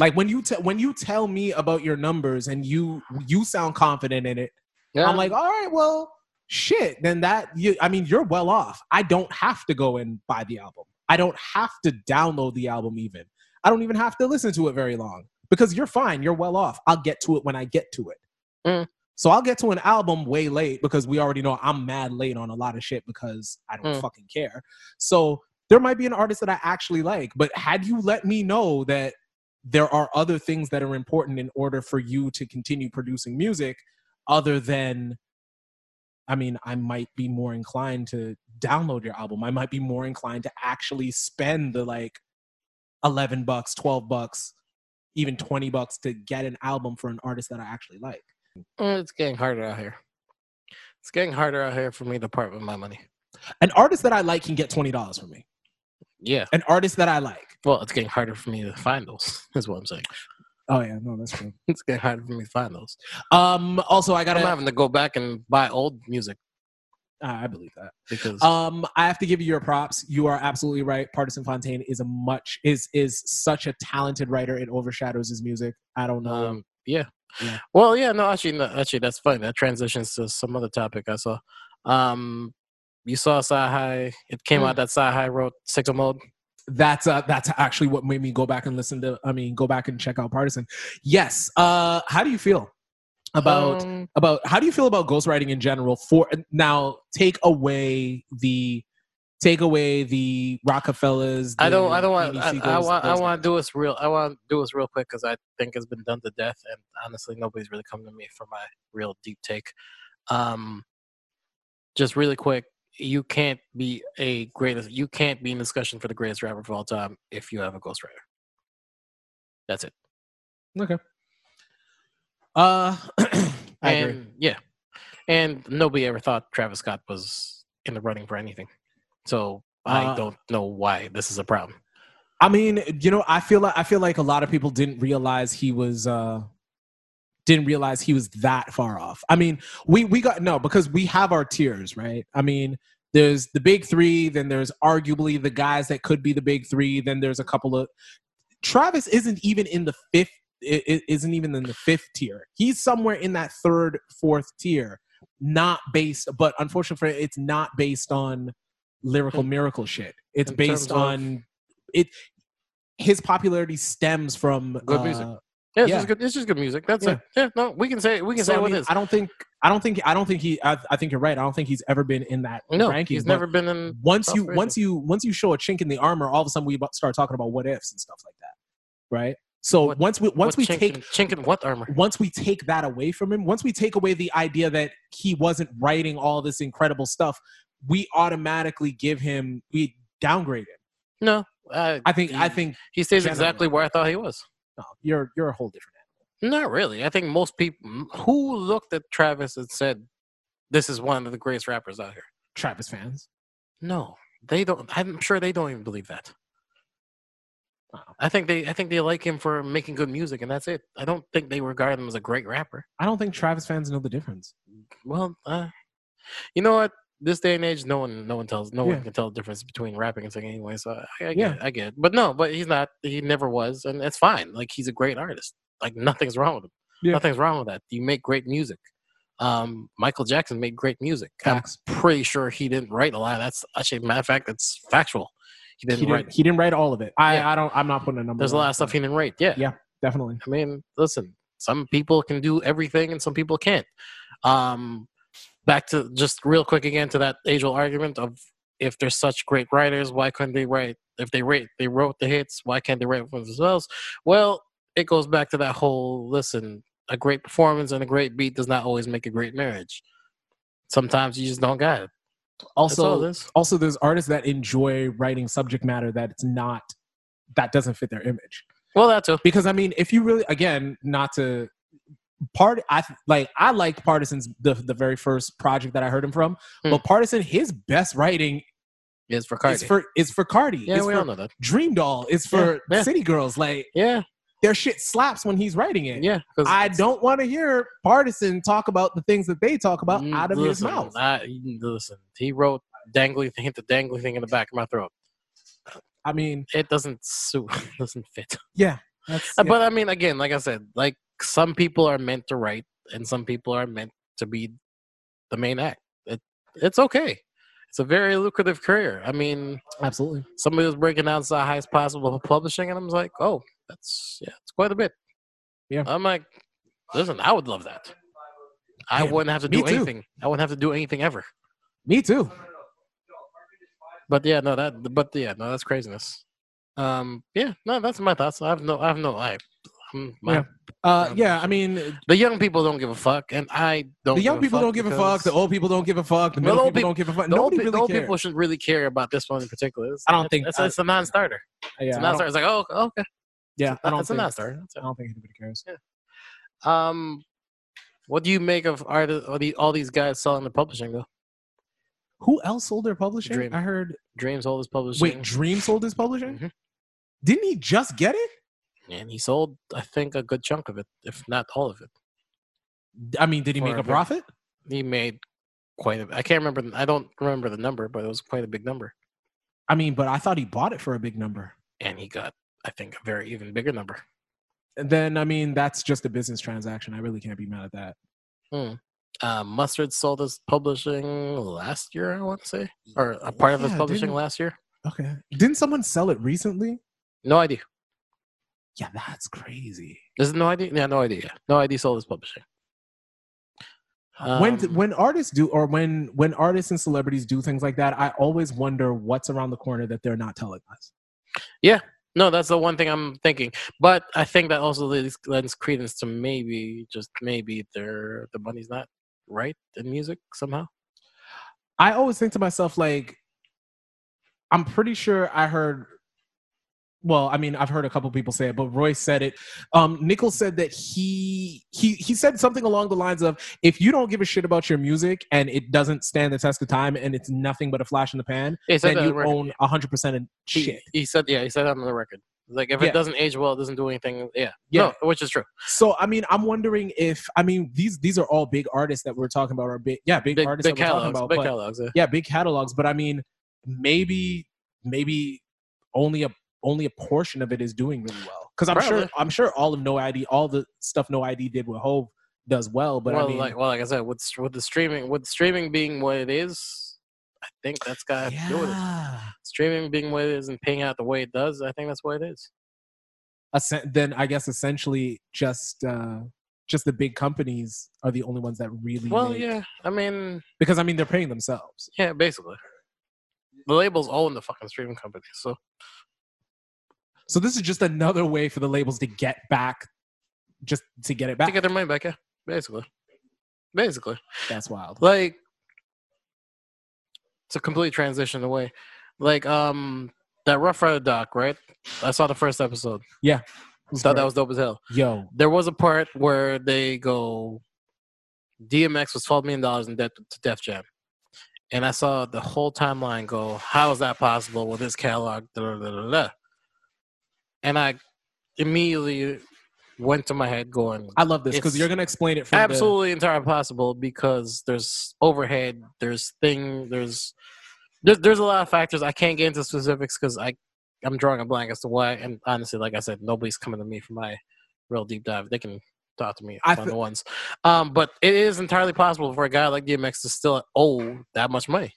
S3: like when you te- when you tell me about your numbers and you you sound confident in it,
S1: Yeah.
S3: I'm like, all right, well, shit. Then that you, I mean, you're well off. I don't have to go and buy the album. I don't have to download the album even. I don't even have to listen to it very long because you're fine. You're well off. I'll get to it when I get to it.
S1: Mm.
S3: So I'll get to an album way late because we already know I'm mad late on a lot of shit because I don't
S1: Mm.
S3: fucking care. So there might be an artist that I actually like, but had you let me know that there are other things that are important in order for you to continue producing music other than i mean i might be more inclined to download your album i might be more inclined to actually spend the like 11 bucks 12 bucks even 20 bucks to get an album for an artist that i actually like
S1: Mm, it's getting harder out here. It's getting harder out here for me to part with my money.
S3: an artist that i like can get $20 from me
S1: Yeah.
S3: an artist that i like
S1: Well, it's getting harder for me to find those. *laughs* Is what I'm saying.
S3: oh yeah no that's true
S1: It's getting harder for me to find those.
S3: um also i
S1: I'm
S3: gotta
S1: having to go back and buy old music
S3: Ah, i believe that
S1: because
S3: Um, I have to give you your props. You are absolutely right. Partisan Fontaine is a much is is such a talented writer. It overshadows his music. I don't know.
S1: Um, yeah.
S3: Yeah.
S1: Well, yeah, no, actually, no, actually, that's funny. That transitions to some other topic I saw. Um, you saw Sahai. It came out that Sahai wrote Six Mode.
S3: that's uh, that's actually what made me go back and listen to. I mean, go back and check out Partisan. Yes. Uh, how do you feel about
S1: Um,
S3: about how do you feel about ghostwriting in general? For now, take away the take away the Rockefellers.
S1: I don't.
S3: the
S1: I don't want. I,
S3: BBC
S1: I
S3: ghost-
S1: want. I
S3: ghost
S1: want to
S3: writers.
S1: do this real. I want to do this real quick because I think it's been done to death, and honestly, nobody's really come to me for my real deep take. Um, just really quick, you can't be a greatest. You can't be in discussion for the greatest rapper of all time if you have a ghostwriter. That's it.
S3: Okay. Uh, *clears throat* I
S1: and
S3: agree.
S1: yeah, and nobody ever thought Travis Scott was in the running for anything. So
S3: Uh,
S1: I don't know why this is a problem.
S3: I mean, you know, I feel like I feel like a lot of people didn't realize he was uh didn't realize he was that far off. I mean, we we got no because we have our tiers, right? I mean, there's the big 3, then there's arguably the guys that could be the big 3, then there's a couple of Travis isn't even in the fifth i- i- isn't even in the fifth tier. He's somewhere in that third, fourth tier. Not based, but unfortunately, for it's not based on lyrical miracle shit. It's
S1: Hmm. In
S3: based
S1: terms of-
S3: on it. His popularity stems from
S1: Good music.
S3: uh,
S1: Yeah, it's,
S3: yeah.
S1: Just good, it's just good music. That's
S3: Yeah.
S1: it. Yeah, no, we can say we can
S3: so,
S1: say
S3: I,
S1: what
S3: mean,
S1: it is.
S3: I don't think. I don't think. I don't think he. I, I think you're right. I don't think he's ever been in that
S1: No,
S3: ranking.
S1: he's
S3: but
S1: never been in.
S3: Once
S1: top
S3: you,
S1: ranking.
S3: once you, once you show a chink in the armor, all of a sudden we bu- start talking about what ifs and stuff like that, right? So
S1: What-
S3: once we once
S1: what
S3: we
S1: chink
S3: take
S1: in- chink in what armor?
S3: once we take that away from him, once we take away the idea that he wasn't writing all this incredible stuff, we automatically give him we downgrade him.
S1: No, uh,
S3: I think I
S1: he-
S3: think
S1: he stays
S3: generally.
S1: exactly where I thought he was.
S3: no, you're you're a whole different.
S1: Not really. I think most people who looked at Travis and said, "This is one of the greatest rappers out here."
S3: Travis fans.
S1: No, they don't. I'm sure they don't even believe that.
S3: Wow.
S1: I think they, I think they like him for making good music, and that's it. I don't think they regard him as a great rapper.
S3: I don't think Travis fans know the difference.
S1: Well, uh, you know what? This day and age, no one, no one tells, no
S3: Yeah.
S1: one can tell the difference between rapping and singing anyway. So I, I get,
S3: Yeah.
S1: it, I get. It. But no, but he's not. He never was, and it's fine. Like he's a great artist. Like nothing's wrong with him.
S3: Yeah.
S1: Nothing's wrong with that. You make great music. Um, Michael Jackson made great music. I'm
S3: Facts.
S1: pretty sure he didn't write a lot. That's actually matter of fact, that's factual. He didn't
S3: He
S1: write.
S3: didn't, he didn't write all of it. I,
S1: Yeah.
S3: I don't. I'm not putting a number.
S1: There's a
S3: on
S1: lot
S3: it.
S1: of stuff he didn't write. Yeah.
S3: Yeah. Definitely.
S1: I mean, listen, some people can do everything and some people can't. Um, back to just real quick again to that age old argument of if they're such great writers, why couldn't they write? If they rate, they wrote the hits, why can't they write for themselves? Well, it goes back to that whole listen, a great performance and a great beat does not always make a great marriage. Sometimes you just don't got it. That's all
S3: Also,
S1: it is.
S3: also, there's artists that enjoy writing subject matter that it's not that doesn't fit their image.
S1: Well, that too.
S3: because I mean, if you really, again, not to part, I th- like I liked Partisan's the the very first project that I heard him from,
S1: Hmm.
S3: but Partisan, his best writing
S1: It's for Cardi.
S3: is for is for Cardi,
S1: yeah,
S3: it's
S1: we
S3: for
S1: all know that.
S3: Dream Doll, it's for
S1: Yeah, yeah.
S3: City Girls, like
S1: Yeah,
S3: their shit slaps when he's writing it.
S1: yeah. 'cause
S3: I don't want to hear Partisan talk about the things that they talk about
S1: Mm,
S3: out of his
S1: listen,
S3: mouth. I,
S1: I, listen, he wrote dangly thing, the dangly thing in the back of my throat.
S3: mean,
S1: It doesn't suit, *laughs* doesn't fit.
S3: yeah, that's,
S1: Uh,
S3: yeah.
S1: But I mean, again, like I said, like some people are meant to write, and some people are meant to be the main act. It, it's okay. It's a very lucrative career. I mean,
S3: absolutely.
S1: somebody was breaking down the highest possible for publishing, and I was like, oh, that's yeah, it's quite a bit.
S3: Yeah.
S1: I'm like, listen, I would love that. I
S3: Man,
S1: wouldn't have to
S3: me
S1: do
S3: too.
S1: anything. I wouldn't have to do anything ever.
S3: Me too.
S1: But yeah, no, that. But yeah, no, that's craziness. Um, yeah, no, that's my thoughts. I have no, I have no, I. I'm- my-
S3: Yeah. Uh,
S1: Um,
S3: yeah, I mean,
S1: The young people don't give a fuck, and I don't.
S3: the young
S1: give a
S3: people don't give a fuck.
S1: because
S3: The old people don't give a fuck. The
S1: The
S3: middle
S1: old
S3: people don't
S1: peop-
S3: give a fuck.
S1: the old
S3: Nobody
S1: pe- the
S3: really
S1: old
S3: cares.
S1: people should really care about this one in particular. It's,
S3: I don't think-
S1: it's, it's a non-starter. It's
S3: yeah,
S1: a
S3: I don't-
S1: non-starter. It's like, oh, okay, okay.
S3: yeah, I don't
S1: it's a
S3: think-
S1: non-starter. That's
S3: I
S1: it.
S3: don't think anybody cares.
S1: Um, what do you make of art? All, the, all these guys selling the publishing though.
S3: Who else sold their publishing?
S1: Dream.
S3: I heard.
S1: Dreams sold his publishing.
S3: Wait, Dream sold his publishing?
S1: Mhm.
S3: Didn't he just get it?
S1: and he sold, I think, a good chunk of it, if not all of it.
S3: I mean, did he
S1: Or
S3: make
S1: a
S3: a
S1: bit.
S3: profit?
S1: He made quite a. I can't remember. the- I don't remember the number, but it was quite a big number.
S3: I mean, but I thought he bought it for a big number.
S1: and he got I think a very even bigger number.
S3: And then I mean, that's just a business transaction. I really can't be mad at that.
S1: Uh, Mustard sold his publishing last year, I want to say, or a part of his
S3: Yeah,
S1: publishing
S3: didn't-
S1: last year.
S3: Okay. Didn't someone sell it recently?
S1: No idea.
S3: Yeah, that's crazy.
S1: Is it no idea? Yeah, no idea. No idea. Sold his publishing.
S3: when
S1: Um,
S3: when artists do or when when artists and celebrities do things like that, I always wonder what's around the corner that they're not telling us.
S1: no, that's the one thing I'm thinking. But I think that also lends, lends credence to maybe just maybe their the money's not right in music somehow.
S3: I always think to myself, like, I'm pretty sure I heard. Well, I mean, I've heard a couple people say it, but Roy said it. Um, Nichols said that he he he said something along the lines of, "If you don't give a shit about your music and it doesn't stand the test of time and it's nothing but a flash in the pan,
S1: He
S3: then
S1: said that on
S3: you
S1: the record.
S3: own 100 percent of
S1: He-
S3: shit."
S1: He, said, yeah, he said that on the record. Like if
S3: Yeah.
S1: it doesn't age well, it doesn't do anything. Yeah,
S3: Yeah.
S1: no, which is true.
S3: So, I mean, I'm wondering if I mean these these are all big artists that we're talking about, or big yeah, big,
S1: Big,
S3: artists
S1: big
S3: that we're talking
S1: catalogs,
S3: about,
S1: big
S3: but-
S1: catalogs. Yeah.
S3: yeah, big catalogs. But I mean, maybe maybe only a only a portion of it is doing really well. Because I'm sure
S1: Probably.
S3: I'm sure all of No ID, all the stuff No ID did with Hove does well. But
S1: well,
S3: I mean,
S1: like well, like I said, with s- with the streaming, with streaming being what it is, I think that's got to do with it.
S3: yeah.
S1: Streaming being what it is and paying out the way it does, I think that's what it is.
S3: Essen- then I guess essentially just uh just the big companies are the only ones that really
S1: Well,
S3: make-
S1: yeah, I mean,
S3: because I mean they're paying themselves.
S1: yeah, basically, the labels own the fucking streaming company, so
S3: So this is just another way for the labels to get back, just to get it
S1: they
S3: back.
S1: get their money back. Yeah, basically, basically,
S3: That's wild.
S1: like it's a complete transition away. Like um, that Rough Rider doc, right? I saw the first episode. Thought that was dope as hell.
S3: yo.
S1: there was a part where they go DMX was twelve million dollars in debt to Def Jam. And I saw the whole timeline go, how is that possible with this catalog? Da, da, da, da, da. And I immediately went to my head going,
S3: I love this because
S1: It's-
S3: you're gonna explain it from the-
S1: absolutely entirely possible because there's overhead, there's thing, there's there's, there's a lot of factors. I can't get into specifics because I I'm drawing a blank as to why. And honestly, like I said, nobody's coming to me for my real deep dive. They can talk to me
S3: I
S1: on
S3: fe-
S1: the ones. Um, but it is entirely possible for a guy like DMX to still owe that much money.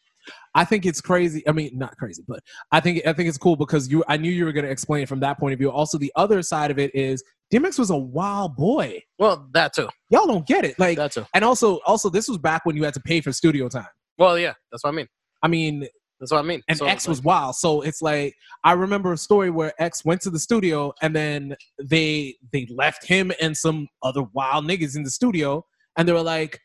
S3: I think it's crazy. I mean, not crazy, but I think I think it's cool because you. I knew you were going to explain it from that point of view. Also, the other side of it is DMX was a wild boy.
S1: Well, that too.
S3: Y'all don't get it, like,
S1: That too.
S3: and also, also this was back when you had to pay for studio time.
S1: Well, yeah, that's what I mean.
S3: I mean,
S1: That's what I mean.
S3: and
S1: So,
S3: X
S1: like,
S3: was wild, so it's like I remember a story where X went to the studio and then they they left him and some other wild niggas in the studio, and they were like,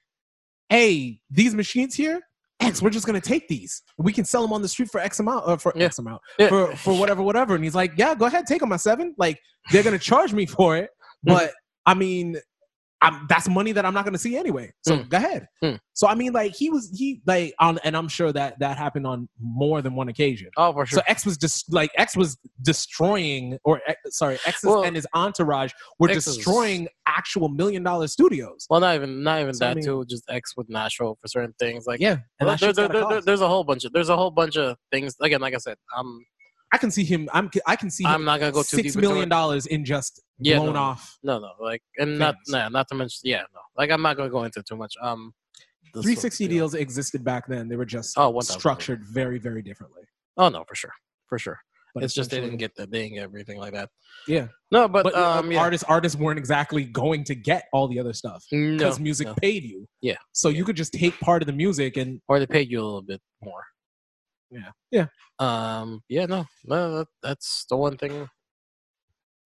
S3: "Hey, these machines here, X, we're just gonna take these. We can sell them on the street for X amount, or for
S1: Yeah.
S3: X amount,
S1: Yeah.
S3: for for whatever, whatever." And he's like, "Yeah, go ahead, take them. I seven. Like they're gonna charge me for it,
S1: Hmm.
S3: but I mean, I'm, that's money that I'm not gonna see anyway. So go ahead."
S1: Mm.
S3: So I mean, like he was he like on, and I'm sure that that happened on more than one occasion.
S1: Oh, for sure.
S3: So X was just like X was destroying, or eh, sorry, X
S1: Well,
S3: and his entourage were
S1: X is-
S3: destroying actual million dollar studios.
S1: well, not even not even
S3: So, I
S1: that
S3: mean-
S1: too. Just X would not show up for certain things. Like
S3: yeah, and
S1: there-
S3: that shit's
S1: there-
S3: gotta
S1: there-
S3: cost.
S1: there's a whole bunch of there's a whole bunch of things. Again, like I said, I'm
S3: I can see him. I'm. I can see him.
S1: I'm not gonna go too
S3: six
S1: deep.
S3: million
S1: into it.
S3: dollars in just
S1: Yeah,
S3: blown
S1: no.
S3: off.
S1: No, no, like and not
S3: Fans.
S1: nah, not to mention yeah, no. Like I'm not gonna go into too much. Um, this
S3: Three sixty
S1: one, yeah.
S3: deals existed back then. They were just
S1: Oh, 1000.
S3: structured very, very differently.
S1: Oh no, for sure, for sure.
S3: But
S1: it's just they didn't
S3: essentially-
S1: get the they didn't get everything like that.
S3: Yeah.
S1: No, but,
S3: But, uh,
S1: um, yeah.
S3: artists, artists weren't exactly going to get all the other stuff
S1: no,
S3: because music
S1: no.
S3: paid you.
S1: Yeah,
S3: So you could just take part of the music and
S1: or they paid you a little bit more.
S3: Yeah. Yeah.
S1: Um. Yeah. No. No. That, that's the one thing.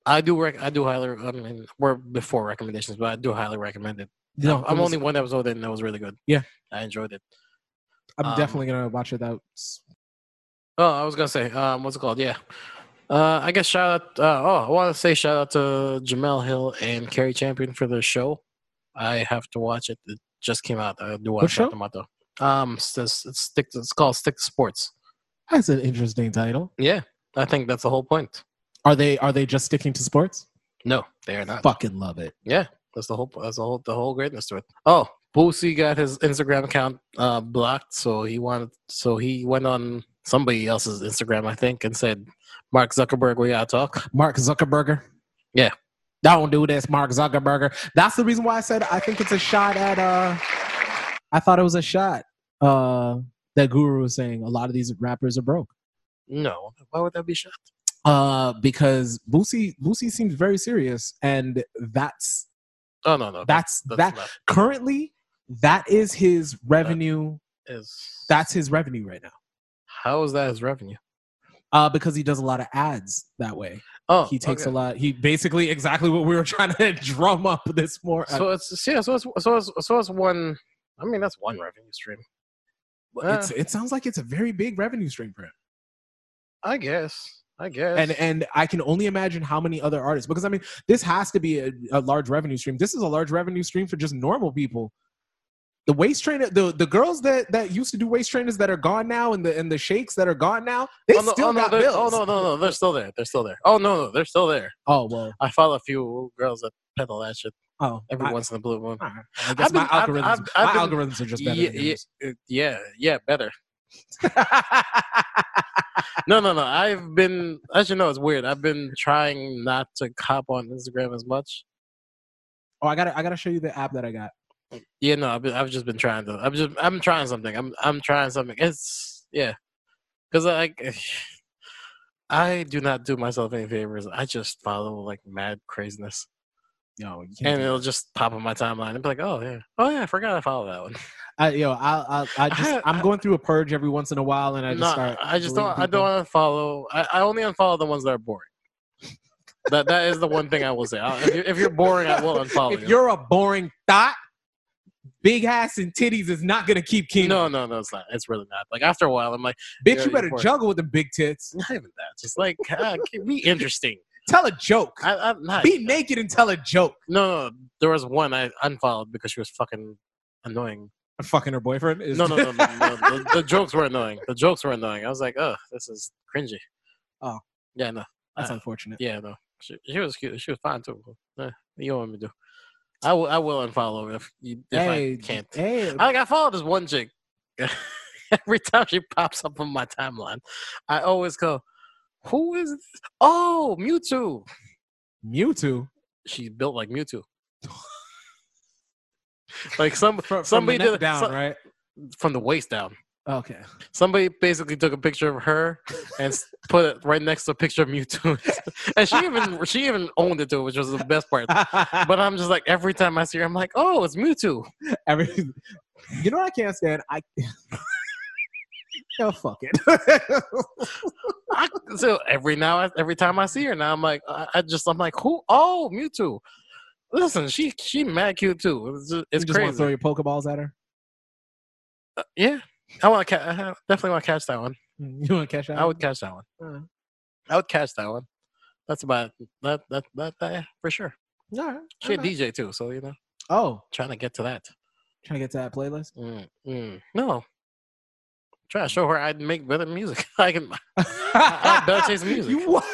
S1: I do. Rec- I do highly. I mean, we're before recommendations, but I do highly recommend it.
S3: no,
S1: I'm only one episode in. That was really good.
S3: Yeah.
S1: I enjoyed it.
S3: I'm
S1: um,
S3: definitely gonna watch it. That's
S1: Oh, I was gonna say, um, what's it called? Yeah. Uh, I guess shout out. Uh, oh, I want to say shout out to Jamel Hill and Carrie Champion for the show. I have to watch it. It just came out. I do watch
S3: show?
S1: Dr. Mato. Um, s- s- s- stick. To, it's called Stick to Sports.
S3: that's an interesting title.
S1: Yeah, I think that's the whole point.
S3: Are they are they just sticking to sports?
S1: No, they are not.
S3: Fucking love it.
S1: Yeah, that's the whole. That's the whole. The whole greatness to it. Oh, Boosie got his Instagram account uh, blocked, so he wanted. So he went on somebody else's Instagram, I think, and said, "Mark Zuckerberg, we gotta talk."
S3: Mark Zuckerberger.
S1: Yeah.
S3: Don't do this, Mark Zuckerberger. That's the reason why I said I think it's a shot at uh I thought it was a shot. Uh that Guru was saying a lot of these rappers are broke.
S1: No, why would that be shot?
S3: Uh because Boosie Boosie seems very serious and that's
S1: Oh no, no,
S3: that's that
S1: not-
S3: currently that is his revenue.
S1: is
S3: That's his revenue right now.
S1: how is that as revenue?
S3: Uh because he does a lot of ads that way.
S1: Oh,
S3: he takes a lot. He basically exactly what we were *laughs* trying to drum up this more. uh,
S1: So it's yeah, so it's so it's so it's one. I mean, that's one revenue stream. uh,
S3: it's, it sounds like it's a very big revenue stream for him.
S1: I guess. I guess.
S3: And and I can only imagine how many other artists because I mean this has to be a, a large revenue stream. This is a large revenue stream for just normal people. The waist trainer, the, the girls that, that used to do waist trainers that are gone now, and the and the shakes that are gone now, they
S1: oh, no,
S3: still
S1: oh, no,
S3: got
S1: they're-
S3: bills.
S1: oh no, no, no, they're still there. They're still there. Oh no, no, they're still there.
S3: Oh well.
S1: *laughs* I follow a few girls that peddle that shit
S3: Oh,
S1: every
S3: I-
S1: once in a blue moon.
S3: all right. I guess
S1: I've
S3: my
S1: been- I've-
S3: algorithms,
S1: I've- I've
S3: my
S1: been-
S3: algorithms are just better.
S1: yeah,
S3: than *laughs*
S1: yeah,
S3: yours.
S1: uh, yeah, yeah, better. No, no, no. I've been, as you know, it's weird. I've been trying not to cop on Instagram as much.
S3: oh, I gotta I gotta show you the app that I got.
S1: Yeah, no, I've, been, I've just been trying to. I'm just I'm trying something. I'm I'm trying something. It's yeah, because I *sighs* I do not do myself any favors. I just follow like mad craziness,
S3: Yo, you
S1: and
S3: can't.
S1: it'll just pop on my timeline and be like, oh yeah, oh yeah, I forgot I follow that one.
S3: I, yo, I, I, I just,
S1: I-
S3: I, am
S1: I-
S3: going through a purge every once in a while, and I just
S1: no,
S3: start.
S1: I just don't.
S3: deleting
S1: I don't unfollow. I, I only unfollow the ones that are boring. that that is the one thing I will say. I, if, you're, if you're boring, I will
S3: people.
S1: unfollow
S3: If
S1: you.
S3: you're a boring thought, big ass and titties is not gonna keep Keenan.
S1: no, no, no, it's not. It's really not. Like after a while, I'm like,
S3: bitch,
S1: yeah,
S3: you
S1: you're
S3: better
S1: boring.
S3: juggle with the big tits.
S1: not even that. Just like, *laughs* ah, be interesting.
S3: Tell a joke.
S1: I, I'm not.
S3: Be naked and tell a joke.
S1: No, no, there was one I unfollowed because she was fucking annoying.
S3: Fucking her boyfriend is
S1: No,
S3: *laughs*
S1: no, no, no, no. The, the jokes were annoying. The jokes were annoying. I was like, oh, this is cringy.
S3: Oh.
S1: yeah, no,
S3: That's unfortunate.
S1: yeah, no. She, she was cute. She was fine too. Eh, you know what me do? I will. I will unfollow if you, if I can't.
S3: hey,
S1: I, like I follow this one chick. *laughs* Every time she pops up on my timeline, I always go, "Who is this? Oh, Mewtwo.
S3: Mewtwo.
S1: She's built
S3: *laughs*
S1: like Mewtwo. like some
S3: From,
S1: Somebody
S3: from the neck
S1: did-
S3: down,
S1: so-
S3: right?
S1: from the waist down.
S3: Okay.
S1: Somebody basically took a picture of her and s- put it right next to a picture of Mewtwo, *laughs* and she even she even owned it too, which was the best part.
S3: *laughs* but
S1: But I'm just like every time I see her, I'm like, oh, it's Mewtwo.
S3: every, you know what I can't stand? I. Yo, fuck it. *laughs*
S1: I, so every now every time I see her now, I'm like, I, I just I'm like, who? Oh, Mewtwo. Listen, she she mad cute too. It's, ju- it's
S3: you just want to throw
S1: crazy.
S3: your pokeballs at her.
S1: Yeah, I want to ca- I definitely want to catch that one.
S3: *laughs* You want to catch that?
S1: I would catch that one.
S3: Uh,
S1: I would catch that one. That's about that that that, that yeah, for sure.
S3: all right, all
S1: She a
S3: right.
S1: DJ too, so you know,
S3: Oh,
S1: trying to get to that.
S3: trying to get to that playlist. *laughs*
S1: Mm, mm. No, try to show her I'd make better music. *laughs* I can. Bell Chase music.
S3: You what?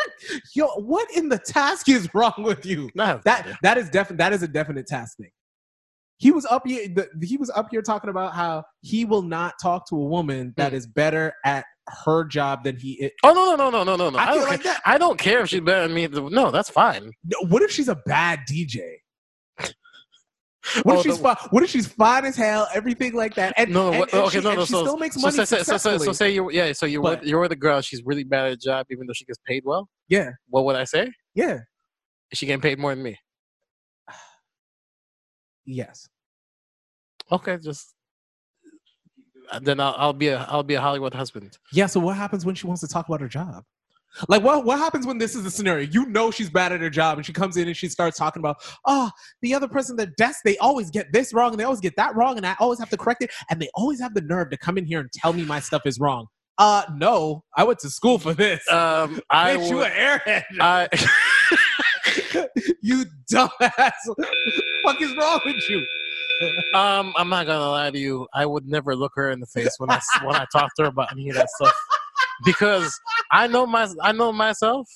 S3: *laughs* Yo, what in the task is wrong with you?
S1: No,
S3: That that is definite. That is a definite task thing. He was up here. The, he was up here talking about how he will not talk to a woman
S1: Hmm.
S3: that is better at her job than he is.
S1: Oh no no no no no no!
S3: I
S1: I,
S3: feel
S1: don't
S3: like
S1: care. I don't care if she's better than me. No, that's fine.
S3: No, What if she's a bad DJ? What
S1: Oh,
S3: if she's
S1: the-
S3: fine? What if she's fine as hell? Everything like that. And
S1: No,
S3: and,
S1: what-
S3: and
S1: okay,
S3: she,
S1: no,
S3: and
S1: no,
S3: she
S1: so-
S3: still makes
S1: So
S3: money
S1: say, say- so, say,
S3: successfully.
S1: so say you yeah. So you're
S3: But-
S1: with, you're with a girl. She's really bad at a job, even though she gets paid well.
S3: Yeah.
S1: What would I say? Is
S3: yeah.
S1: she getting paid more than me?
S3: Yes.
S1: Okay, just then I'll, I'll be a I'll be a Hollywood husband.
S3: Yeah. So what happens when she wants to talk about her job? Like what what happens when this is the scenario? You know she's bad at her job, and she comes in and she starts talking about, oh, the other person at the desk, they always get this wrong, and they always get that wrong, and I always have to correct it, and they always have the nerve to come in here and tell me my stuff is wrong. Uh, no, I went to school for this. *laughs*
S1: Um, I
S3: Bitch, you
S1: would-
S3: an airhead.
S1: I
S3: *laughs* you dumbass. fuck is wrong with you?
S1: um I'm not gonna lie to you. I would never look her in the face when I s- when I talk to her about any of that stuff because I know my I know myself.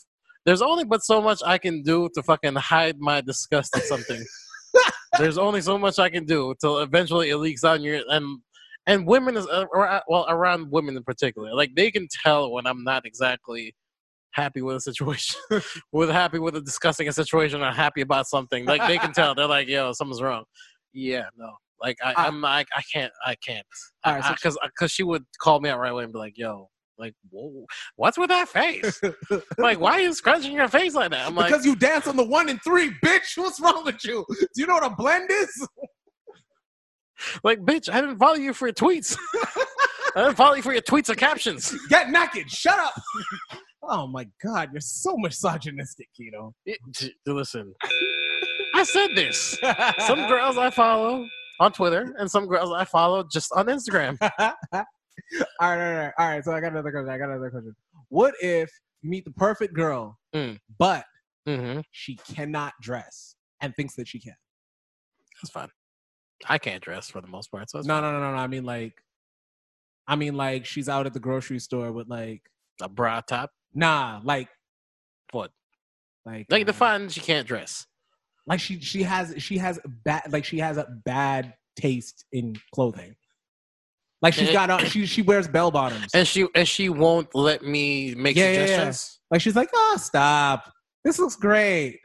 S1: There's only but so much I can do to fucking hide my disgust at something. There's only so much I can do till eventually it leaks out in your and and women is uh, ar- well around women in particular. Like they can tell when I'm not exactly happy with a situation, *laughs* with happy with a discussing a situation or happy about something. Like they can tell. They're like, yo, something's wrong. Yeah, no. Like I,
S3: Ah.
S1: I'm like I can't I can't
S3: All right, so
S1: because because she would call me out right away and be like, yo. Like, whoa, what's with that face? like, why are you scrunching your face like that? I'm like,
S3: because you dance on the one and three, bitch. What's wrong with you? Do you know what a blend is?
S1: like, bitch, I didn't follow you for
S3: *laughs*
S1: your tweets. I didn't follow you for your tweets or captions.
S3: Get naked. Shut up. *laughs* oh my god, you're so misogynistic, Keto.
S1: It- t- listen, I said this. Some girls I follow on Twitter and some girls I follow just on Instagram.
S3: *laughs* all, right, all right, all right, all right. So I got another question. I got another question. What if you meet the perfect girl,
S1: Mm.
S3: but
S1: Mm-hmm.
S3: she cannot dress and thinks that she can?
S1: That's fine. I can't dress for the most part. So it's
S3: No, no, no, no, no. I mean like, I mean like she's out at the grocery store with like,
S1: a bra top.
S3: nah, like,
S1: What?
S3: like,
S1: Like,
S3: uh,
S1: define she can't dress.
S3: like she she has she has bad like she has a bad taste in clothing. Like
S1: Eh.
S3: she's got on she she wears bell bottoms.
S1: And she and she won't let me make
S3: Yeah, yeah, yeah.
S1: suggestions.
S3: Like she's like, oh stop. This looks great.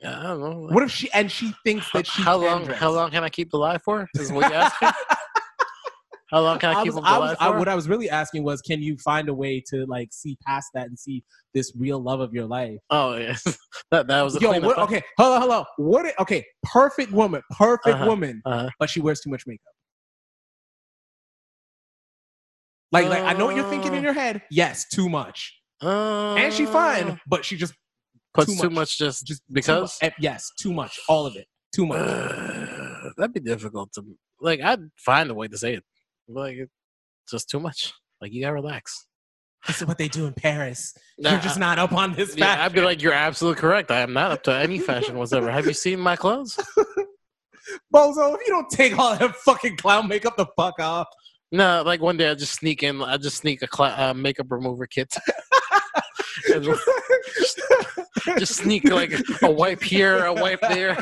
S1: Yeah, I don't know.
S3: What if she and she thinks that she
S1: how
S3: can
S1: long?
S3: dress.
S1: How
S3: *laughs*
S1: long can I keep the lie for? Is what you asked me. How long can I,
S3: I
S1: keep
S3: was,
S1: them
S3: I
S1: alive
S3: was, I,
S1: for?
S3: what I was really asking was, can you find a way to like see past that and see this real love of your life?
S1: oh *laughs* yes, that that was a
S3: Yo,
S1: cleanup,
S3: what,
S1: huh?
S3: okay, hello, hello. What? i- Okay, perfect woman, perfect
S1: Uh-huh,
S3: woman,
S1: uh-huh.
S3: but she wears too much makeup. Like, like I know what you're thinking in
S1: Uh.
S3: your head. Yes, too much,
S1: Uh,
S3: and she fine, but she just
S1: Puts
S3: too
S1: too
S3: much.
S1: much just
S3: just too
S1: because.
S3: mu- eh, yes, too much, all of it, too much.
S1: *sighs* Uh, that'd be difficult to like. I'd find a way to say it. Like it's just too much. Like you gotta relax.
S3: this is what they do in Paris.
S1: Nah,
S3: You're just not up on this.
S1: yeah,
S3: fact.
S1: I'd be like, you're absolutely correct. I am not up to any fashion whatsoever. Have you seen my clothes?
S3: Bozo, if you don't take all that fucking clown makeup the fuck off.
S1: No, like one day I just sneak in. I just sneak a cla uh, makeup remover kit. *laughs* And just sneak like a wipe here, a wipe there.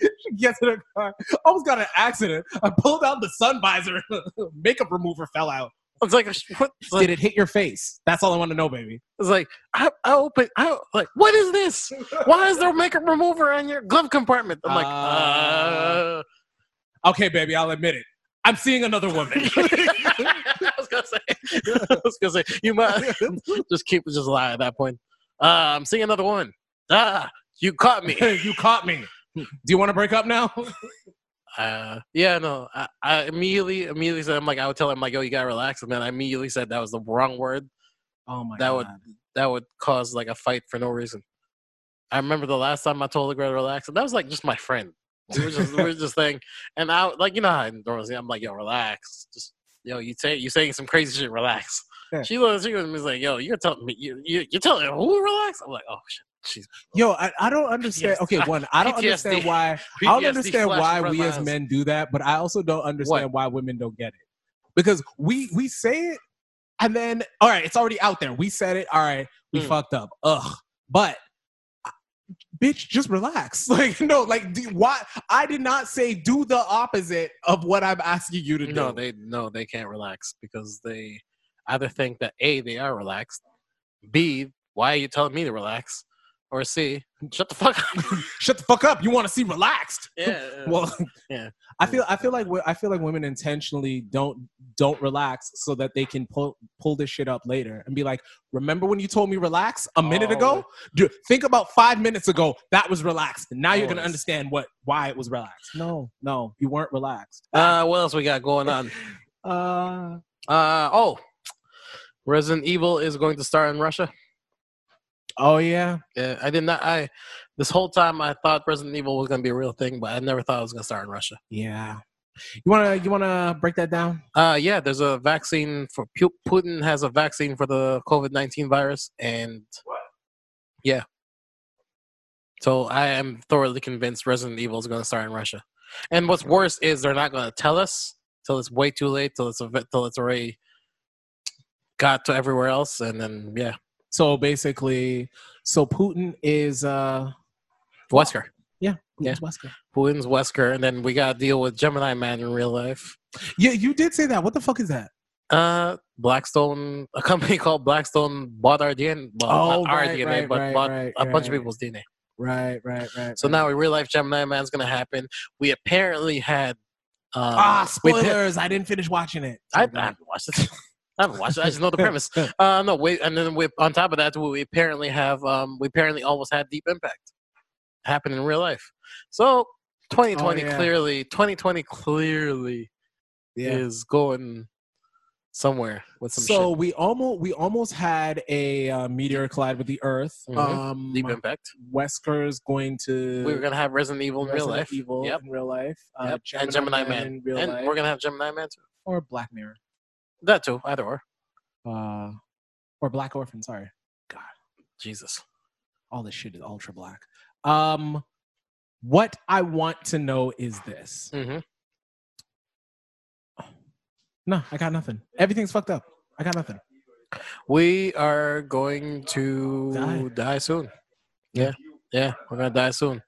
S3: She gets in her car. Almost got an accident. I pulled out the sun visor. *laughs* makeup remover fell out.
S1: It's like, what? It's like,
S3: Did it hit your face? That's all I want to know, *laughs* baby.
S1: it's like I, I open, I like, what is this? Why is there makeup remover on your glove compartment? I'm like,
S3: Uh.
S1: uh. *laughs*
S3: Okay, baby, I'll admit it. I'm seeing another *laughs* woman.
S1: I was gonna say, I was gonna say, you
S3: Uh,
S1: might just keep just lie at that point. Uh, I'm seeing another one. Ah, you caught me.
S3: *laughs* you caught me. Do you want to break up now?
S1: Uh, yeah, no, I, I immediately, immediately said, I'm like, I would tell him like, oh, you gotta relax, and then I immediately said that was the wrong word.
S3: Oh my
S1: That
S3: god.
S1: would- that would cause like a fight for no reason. I remember the last time I told a girl to relax, and that was like just my friend. We were just we were just
S3: *laughs*
S1: saying, and I like you know how Doris, I'm like yo relax, just yo you say you saying some crazy shit, relax.
S3: Yeah.
S1: She looks she was like yo you're telling me you, you you're telling who relax? I'm like oh *laughs* shit. She's
S3: Yo, I, I don't understand.
S1: PTSD.
S3: Okay, one, I don't
S1: PTSD.
S3: understand why. I don't
S1: PTSD
S3: understand
S1: flash
S3: why
S1: in front
S3: we
S1: of my
S3: as
S1: eyes.
S3: men do that, but I also don't understand why women don't get it. Because we we say it, and then all right, it's already out there. We said it. All right, we
S1: Mm.
S3: fucked up. Ugh, but I- bitch, just relax. *laughs* Like no, like do, why? I did not say do the opposite of what I'm asking you to do.
S1: No, they no, they can't relax because they either think that a they are relaxed, b why are you telling me to relax, or c shut the fuck up.
S3: Shut the fuck up. You want to see relaxed?
S1: yeah. *laughs*
S3: well *laughs*
S1: Yeah.
S3: i feel i feel like wo- i feel like women intentionally don't don't relax so that they can pull pull this shit up later and be like remember when you told me relax a minute
S1: Oh.
S3: ago Dude, think about five minutes ago that was relaxed now you're gonna
S1: Always.
S3: understand what why it was relaxed no no you weren't relaxed
S1: uh, what else we got going on?
S3: uh
S1: Uh oh, Resident Evil is going to star in Russia.
S3: oh yeah
S1: Yeah, I did not. I this whole time I thought Resident Evil was going to be a real thing, but I never thought it was going to star in Russia.
S3: yeah you wanna you wanna break that down
S1: Uh, yeah, there's a vaccine for Pu- Putin has a vaccine for the COVID nineteen virus, and yeah. So I am thoroughly convinced Resident Evil is going to start in Russia, and what's worse is they're not going to tell us till it's way too late, till it's a, till it's already got to everywhere else, and then yeah,
S3: so basically so putin is uh
S1: Wesker, Yeah.
S3: Putin's Wesker.
S1: Putin's Wesker, and then we got to deal with Gemini Man in real life.
S3: yeah you did say that what the fuck is that
S1: Uh, Blackstone, a company *laughs* called Blackstone bought our DNA, well,
S3: *laughs* Oh,
S1: not our
S3: right,
S1: DNA,
S3: right,
S1: but
S3: right,
S1: bought
S3: right,
S1: a bunch of
S3: right.
S1: people's DNA.
S3: Right, right, right.
S1: So now in real life Gemini Man's gonna happen. We apparently had. Uh,
S3: ah,
S1: we pa-
S3: spoilers! I didn't finish watching it.
S1: I, I haven't watched it. I haven't watched it. I
S3: *laughs*
S1: just know the premise.
S3: Yeah.
S1: Uh, no, wait, and then we on top of that, we apparently have. Um, we apparently almost had Deep Impact happen in real life. So 2020
S3: Oh, yeah.
S1: clearly, 2020 clearly is going somewhere with some
S3: So we almost we almost had a uh, meteor collide with the Earth.
S1: Mhm.
S3: Um,
S1: shit. Deep Impact.
S3: Wesker's going to
S1: we were gonna have Resident Evil in real
S3: Resident
S1: life.
S3: Evil
S1: Yep.
S3: in real life. Uh,
S1: yep. and Gemini Man.
S3: in real
S1: and
S3: life,
S1: we're gonna have Gemini Man too.
S3: or Black Mirror,
S1: That too, either or.
S3: uh, or Black Orphan. Sorry,
S1: Jesus.
S3: all this shit is ultra black. Um, what I want to know is this.
S1: hmm
S3: No, I got nothing. Everything's fucked up. I got nothing.
S1: We are going to
S3: Die.
S1: die. soon. Yeah. Yeah, we're gonna die soon.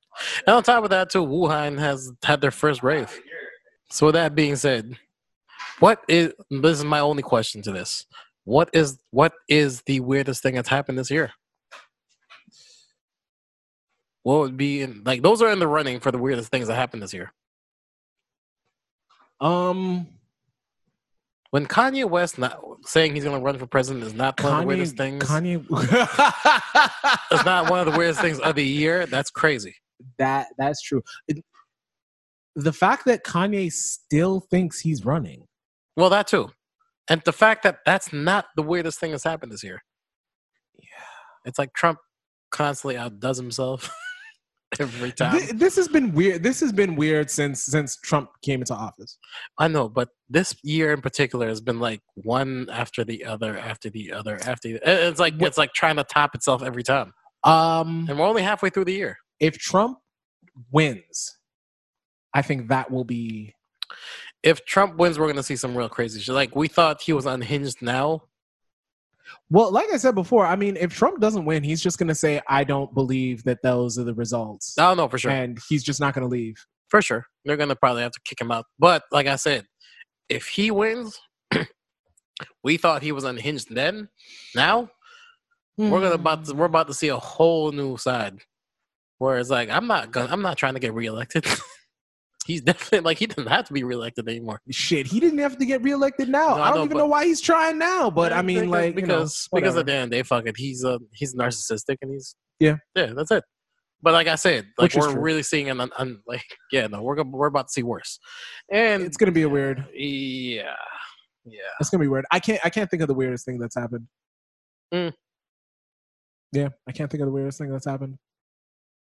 S1: And on top of that too, Wuhan has had their first rave. So with that being said, what is this is my only question to this. What is what is the weirdest thing that's happened this year? What would be in like those are in the running for the weirdest things that happened this year?
S3: Um,
S1: When Kanye West not saying he's going to run for president is not one of the weirdest things. *laughs*
S3: Kanye.
S1: It's not one of the weirdest things of the year. That's crazy.
S3: that that's true. It- the fact that Kanye still thinks he's running.
S1: Well, that too, and the fact that that's not the weirdest thing that's happened this year.
S3: Yeah.
S1: It's like Trump constantly outdoes himself *laughs* every time.
S3: Th- this has been weird. This has been weird since since Trump came into office.
S1: I know, but this year in particular has been like one after the other, after the other, after. The, it- it's like it's like trying to top itself every time,
S3: Um,
S1: and we're only halfway through the year.
S3: if Trump wins, I think that will be
S1: If Trump wins, we're going to see some real crazy shit. Like we thought he was unhinged. Now
S3: well. Like I said before, I mean, if Trump doesn't win, he's just gonna say, "I don't believe that those are the results,"
S1: I don't know for sure.
S3: and he's just not gonna leave.
S1: for sure. They're gonna probably have to kick him out. But like I said, if he wins, *clears throat* we thought he was unhinged then. Now we're gonna about to, we're about to see a whole new side, where it's like I'm not gonna I'm not trying to get reelected. *laughs* He's definitely like he doesn't have to be reelected anymore.
S3: shit, he didn't have to get reelected now.
S1: No,
S3: I
S1: I
S3: don't
S1: know,
S3: even
S1: but-
S3: know why he's trying now. But I mean,
S1: Because-
S3: like you know,
S1: because because
S3: whatever.
S1: at the end of the day, fuck it, he's uh he's narcissistic and he's
S3: Yeah.
S1: yeah that's it. But like I said, like
S3: Which is
S1: we're
S3: true.
S1: really seeing an, an, an like yeah no we're gonna, we're about to see worse, and
S3: it's gonna be a weird.
S1: yeah yeah.
S3: It's gonna be weird. I can't. I can't think of the weirdest thing that's happened.
S1: Mm.
S3: Yeah, I can't think of the weirdest thing that's happened.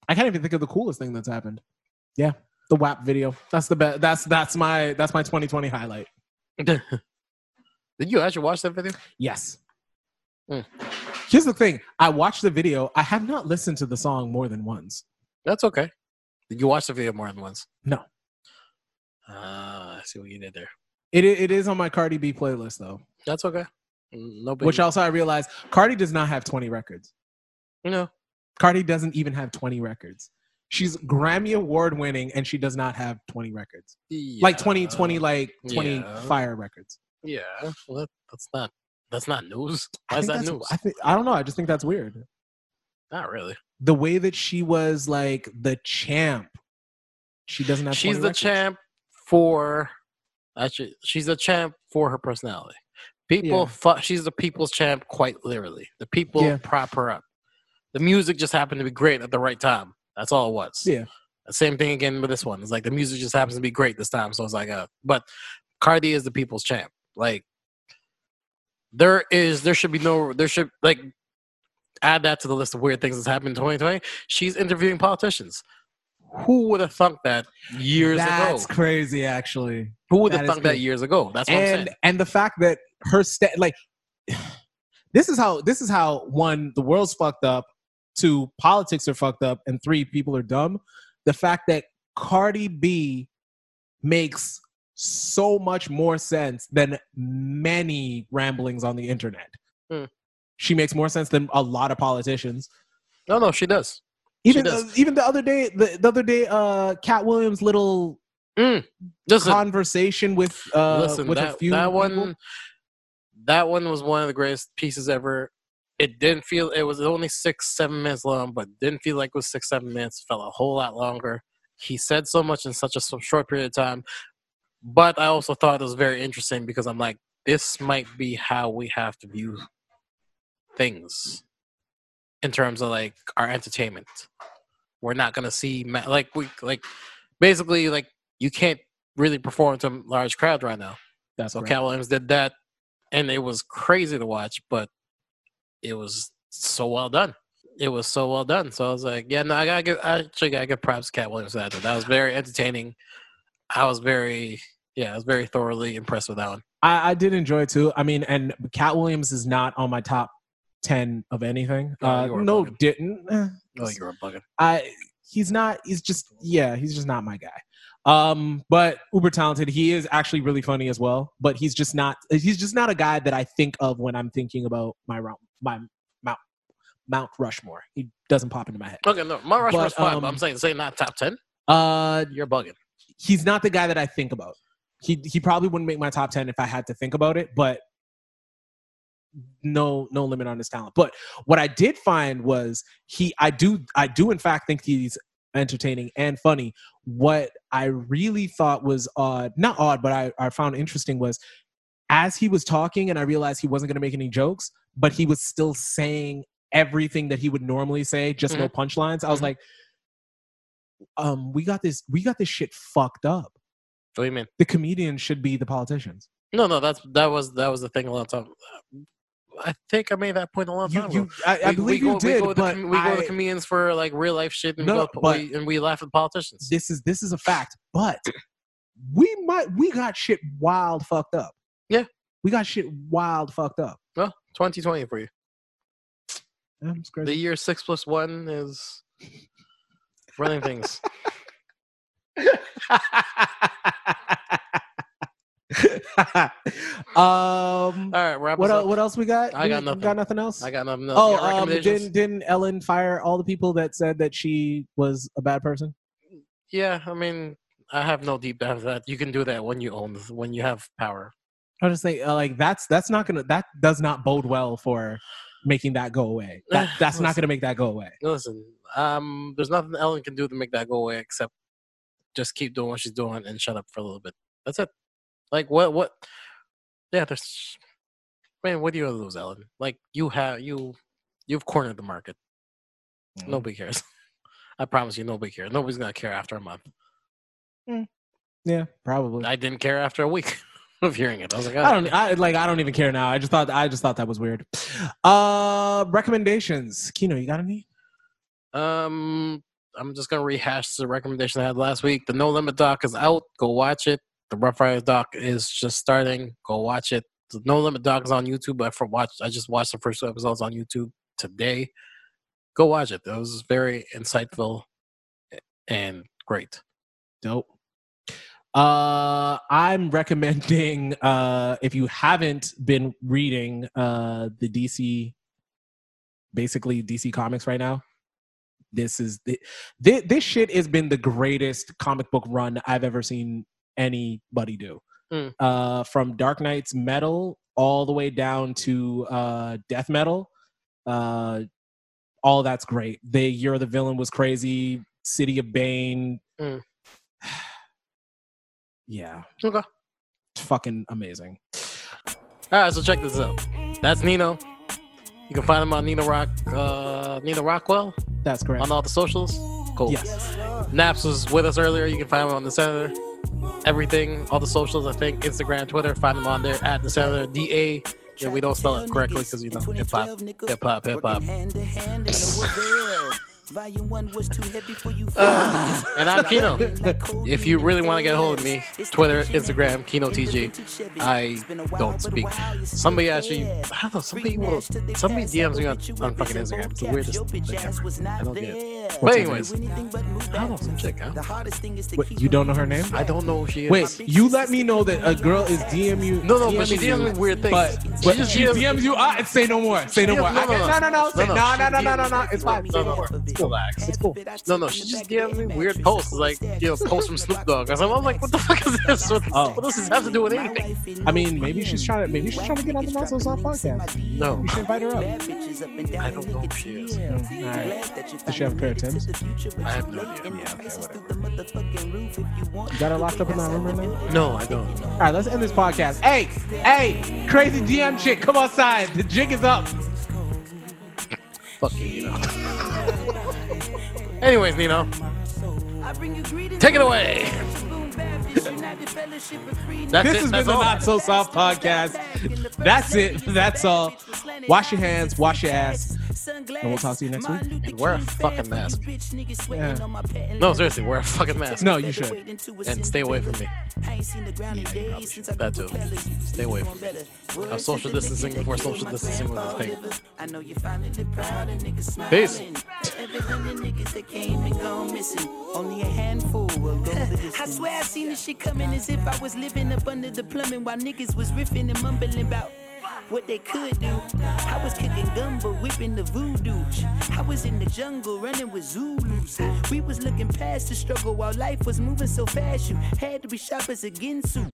S3: I can't even think of the coolest thing that's happened. Yeah, the WAP video. That's the best. That's that's my that's my 2020 highlight.
S1: Did you actually watch that video?
S3: Yes.
S1: Mm.
S3: Here's the thing. I watched the video. I have not listened to the song more than once.
S1: That's okay. Did you watch the video more than once?
S3: No.
S1: Ah, I see what you did there.
S3: It i- it is on my Cardi B playlist though,
S1: That's okay. Mm, No big.
S3: which also I realized Cardi does not have 20 records.
S1: no.
S3: Cardi doesn't even have 20 records. She's Grammy award winning and she does not have 20 records. Like 20, 20 like 20
S1: Yeah.
S3: fire records.
S1: Yeah. Well, that, that's not. That's not news.
S3: I
S1: Why
S3: think
S1: is that
S3: that's-
S1: news?
S3: I, think, I don't know. I just think that's weird.
S1: Not really.
S3: the way that she was like the champ. She doesn't have.
S1: she's
S3: 20
S1: the
S3: records.
S1: champ for. Actually, she's the champ for her personality. People,
S3: Yeah.
S1: fu- she's the people's champ, quite literally. The people
S3: Yeah.
S1: prop her up. The music just happened to be great at the right time. That's all it was.
S3: Yeah.
S1: The same thing again with this one. It's like the music just happens to be great this time. So it's like, uh, but Cardi is the people's champ. Like, there is, there should be no, there should, like, add that to the list of weird things that's happened in 2020. She's interviewing politicians. Who would have thunk that years
S3: That's
S1: ago?
S3: crazy, actually.
S1: Who would have
S3: that is
S1: thunk that
S3: crazy.
S1: years ago? That's what I'm
S3: And
S1: saying.
S3: and the fact that her stat like this is how this is how one the world's fucked up, two politics are fucked up, and three people are dumb. The fact that Cardi B makes so much more sense than many ramblings on the internet.
S1: Hmm.
S3: She makes more sense than a lot of politicians.
S1: No, no, she does.
S3: Even
S1: does.
S3: the, even the other day, the, the other day, uh, Cat Williams' little
S1: Listen,
S3: conversation with uh,
S1: listen,
S3: with
S1: that,
S3: a few
S1: that
S3: people.
S1: one, that one was one of the greatest pieces ever. It didn't feel it was only six, seven minutes long, but didn't feel like it was six, seven minutes. Felt a whole lot longer. He said so much in such a s- short period of time, but I also thought it was very interesting because I'm like, this might be how we have to view things in terms of like our entertainment. We're not gonna see ma- like we like basically like you can't really perform to a large crowd right now.
S3: That's
S1: So
S3: okay.
S1: Cat Williams did that, and it was crazy to watch, but it was so well done. It was so well done. So I was like, yeah, no, I gotta give, I actually gotta give props to Cat Williams for that. That was very entertaining. I was very, yeah, I was very thoroughly impressed with that one.
S3: I, I did enjoy it too. I mean, and Cat Williams is not on my top ten of anything.
S1: No,
S3: uh,
S1: you were
S3: no
S1: bugging.
S3: didn't. Eh,
S1: Oh, you were bugging.
S3: I he's not. He's just yeah. He's just not my guy. Um, but uber talented. He is actually really funny as well. But he's just not. He's just not a guy that I think of when I'm thinking about my round my Mount Mount Rushmore. He doesn't pop into my head.
S1: Okay, no, my rush
S3: But,
S1: was fine, but
S3: um,
S1: I'm saying, say not top ten.
S3: Uh,
S1: You're bugging.
S3: he's not the guy that I think about. He he probably wouldn't make my top ten if I had to think about it, but no no limit on his talent. But what I did find was he I do I do in fact think he's entertaining and funny. What I really thought was odd, not odd, but I, I found interesting was as he was talking and I realized he wasn't gonna make any jokes, but he was still saying everything that he would normally say, just no punchlines. I was
S1: Mhm.
S3: like, um, we got this we got this shit fucked up
S1: What do you mean?
S3: the comedians should be the politicians.
S1: No, no, that's that was that was the thing a long time. I think I made that point a long
S3: You,
S1: time ago.
S3: you, I, I
S1: we, we
S3: believe
S1: go,
S3: you did,
S1: we go, to
S3: but
S1: com- we go
S3: I-
S1: to comedians for like real life shit, and,
S3: No,
S1: we, go,
S3: but-
S1: we, and we laugh at politicians.
S3: this is this is a fact. But we might we got shit wild fucked up.
S1: Yeah.
S3: we got shit wild fucked up.
S1: Well, 2020 for you.
S3: That's
S1: The *laughs*
S3: crazy.
S1: year six plus one is
S3: *laughs*
S1: running things.
S3: um,
S1: All right, wrap
S3: Um, what
S1: us
S3: else?
S1: up.
S3: What else we got?
S1: I
S3: We
S1: got nothing.
S3: Got nothing else.
S1: I got nothing. else.
S3: Oh,
S1: You got
S3: um,
S1: recommendations?
S3: didn't, didn't Ellen fire all the people that said that she was a bad person?
S1: yeah. I mean, I have no deep dive. for That you can do that when you own, when you have power.
S3: I just think uh, like that's that's not gonna that does not bode well for making that go away. That, that's not gonna make that go away.
S1: Listen, um, there's nothing Ellen can do to make that go away except just keep doing what she's doing and shut up for a little bit. That's it. Like what? What? Yeah, there's. Man, what do you lose, Ellen? Like you have you, you've cornered the market. Nobody cares. *laughs* I promise you, nobody cares. Nobody's gonna care after a month.
S3: Yeah, probably. I,
S1: I didn't care after a week *laughs* of hearing it. I was like, oh,
S3: don't. I like. I don't even care now. I just thought. I just thought that was weird. Uh, recommendations. Kino, you got any?
S1: um, I'm just gonna rehash the recommendation I had last week. The No Limit doc is out. Go watch it. The Rough Riders doc is just starting. Go watch it. The No Limit doc is on YouTube. I for watched. I just watched the first two episodes on YouTube today. Go watch it. It was very insightful and great.
S3: Dope. Uh, I'm recommending *laughs* uh, if you haven't been reading uh, the DC, basically DC comics right now. This is the, this, this shit has been the greatest comic book run I've ever seen anybody do.
S1: Mm.
S3: Uh, from Dark Knight's Metal all the way down to uh, Death Metal, uh, all that's great. The Year of the Villain was crazy. City of Bane.
S1: Mm.
S3: yeah.
S1: Okay.
S3: It's fucking amazing.
S1: All right, so check this out. That's Nino. You can find him on Nino Rock, uh, Nino Rockwell
S3: That's correct.
S1: on all the socials. Cool.
S3: Yes.
S1: Naps was with us earlier. You can find him on the Senator. Everything, all the socials, I think, Instagram, Twitter. Find him on there at the Senator D A. Yeah, we don't spell it correctly because you know hip hop, hip hop, hip hop. *sighs* And I'm Kino. Ah, If you really want to get a hold of me, Twitter, Instagram, Kino TG. I don't speak. Somebody asked you, I don't know, somebody will, somebody DMs me on, on fucking Instagram. It's the weirdest thing ever. I don't get it. But anyways, I don't know some chick, huh?
S3: Wait, you don't know her name?
S1: I don't know who she is.
S3: Wait, you let me know that a girl is DM you.
S1: No, no, but she
S3: you,
S1: DMs me weird things.
S3: But, but
S1: just
S3: she
S1: DMs
S3: DMs you. Ah, and say no more. Say no
S1: She
S3: more.
S1: DMs
S3: I can't- No, no, no. Say- No, no, no,
S1: she
S3: no, no,
S1: DMs
S3: no.
S1: me
S3: It's fine.
S1: weird-
S3: Say
S1: No,
S3: no
S1: no,
S3: more.
S1: it's relax. It's cool. No, no, she just gave me weird posts, like, you know, posts from Snoop Dogg. I was like, I'm like, what the fuck is this? What,
S3: Oh.
S1: what does this have to do with anything?
S3: I mean, maybe she's trying to. Maybe she's trying to get on the Not So Soft podcast.
S1: No,
S3: You should invite her up.
S1: I don't know who she is.
S3: All right. Does she have a pair of Tims?
S1: I have no idea.
S3: You got her locked up in that room right now.
S1: No, I don't.
S3: All right, let's end this podcast. Hey, hey, crazy DM chick, come outside. The jig is up.
S1: Fuck you, Nino. *laughs* Anyways, Nino, take it away. That's
S3: this
S1: it.
S3: has
S1: That's
S3: been the
S1: all.
S3: Not So Soft podcast. That's it. *laughs* That's all. Wash your hands, wash your ass, and we'll talk to you next week.
S1: And wear a fucking mask.
S3: Yeah.
S1: No, seriously, wear a fucking mask.
S3: No, you should.
S1: And stay away from me. That too. Stay away from me. Now, social distancing before social distancing was a thing.
S5: I know you finally look proud of niggas smiling.
S1: Peace.
S5: Everything the niggas that came and gone missing. Only a handful will go the distance. I swear I seen this shit coming as if I was living up under the plumbing while niggas was riffing and mumbling about what they could do. I was kicking gumbo, whipping the voodoo. I was in the jungle running with Zulus. We was looking past the struggle while life was moving so fast. You had to be sharp as a Ginsu.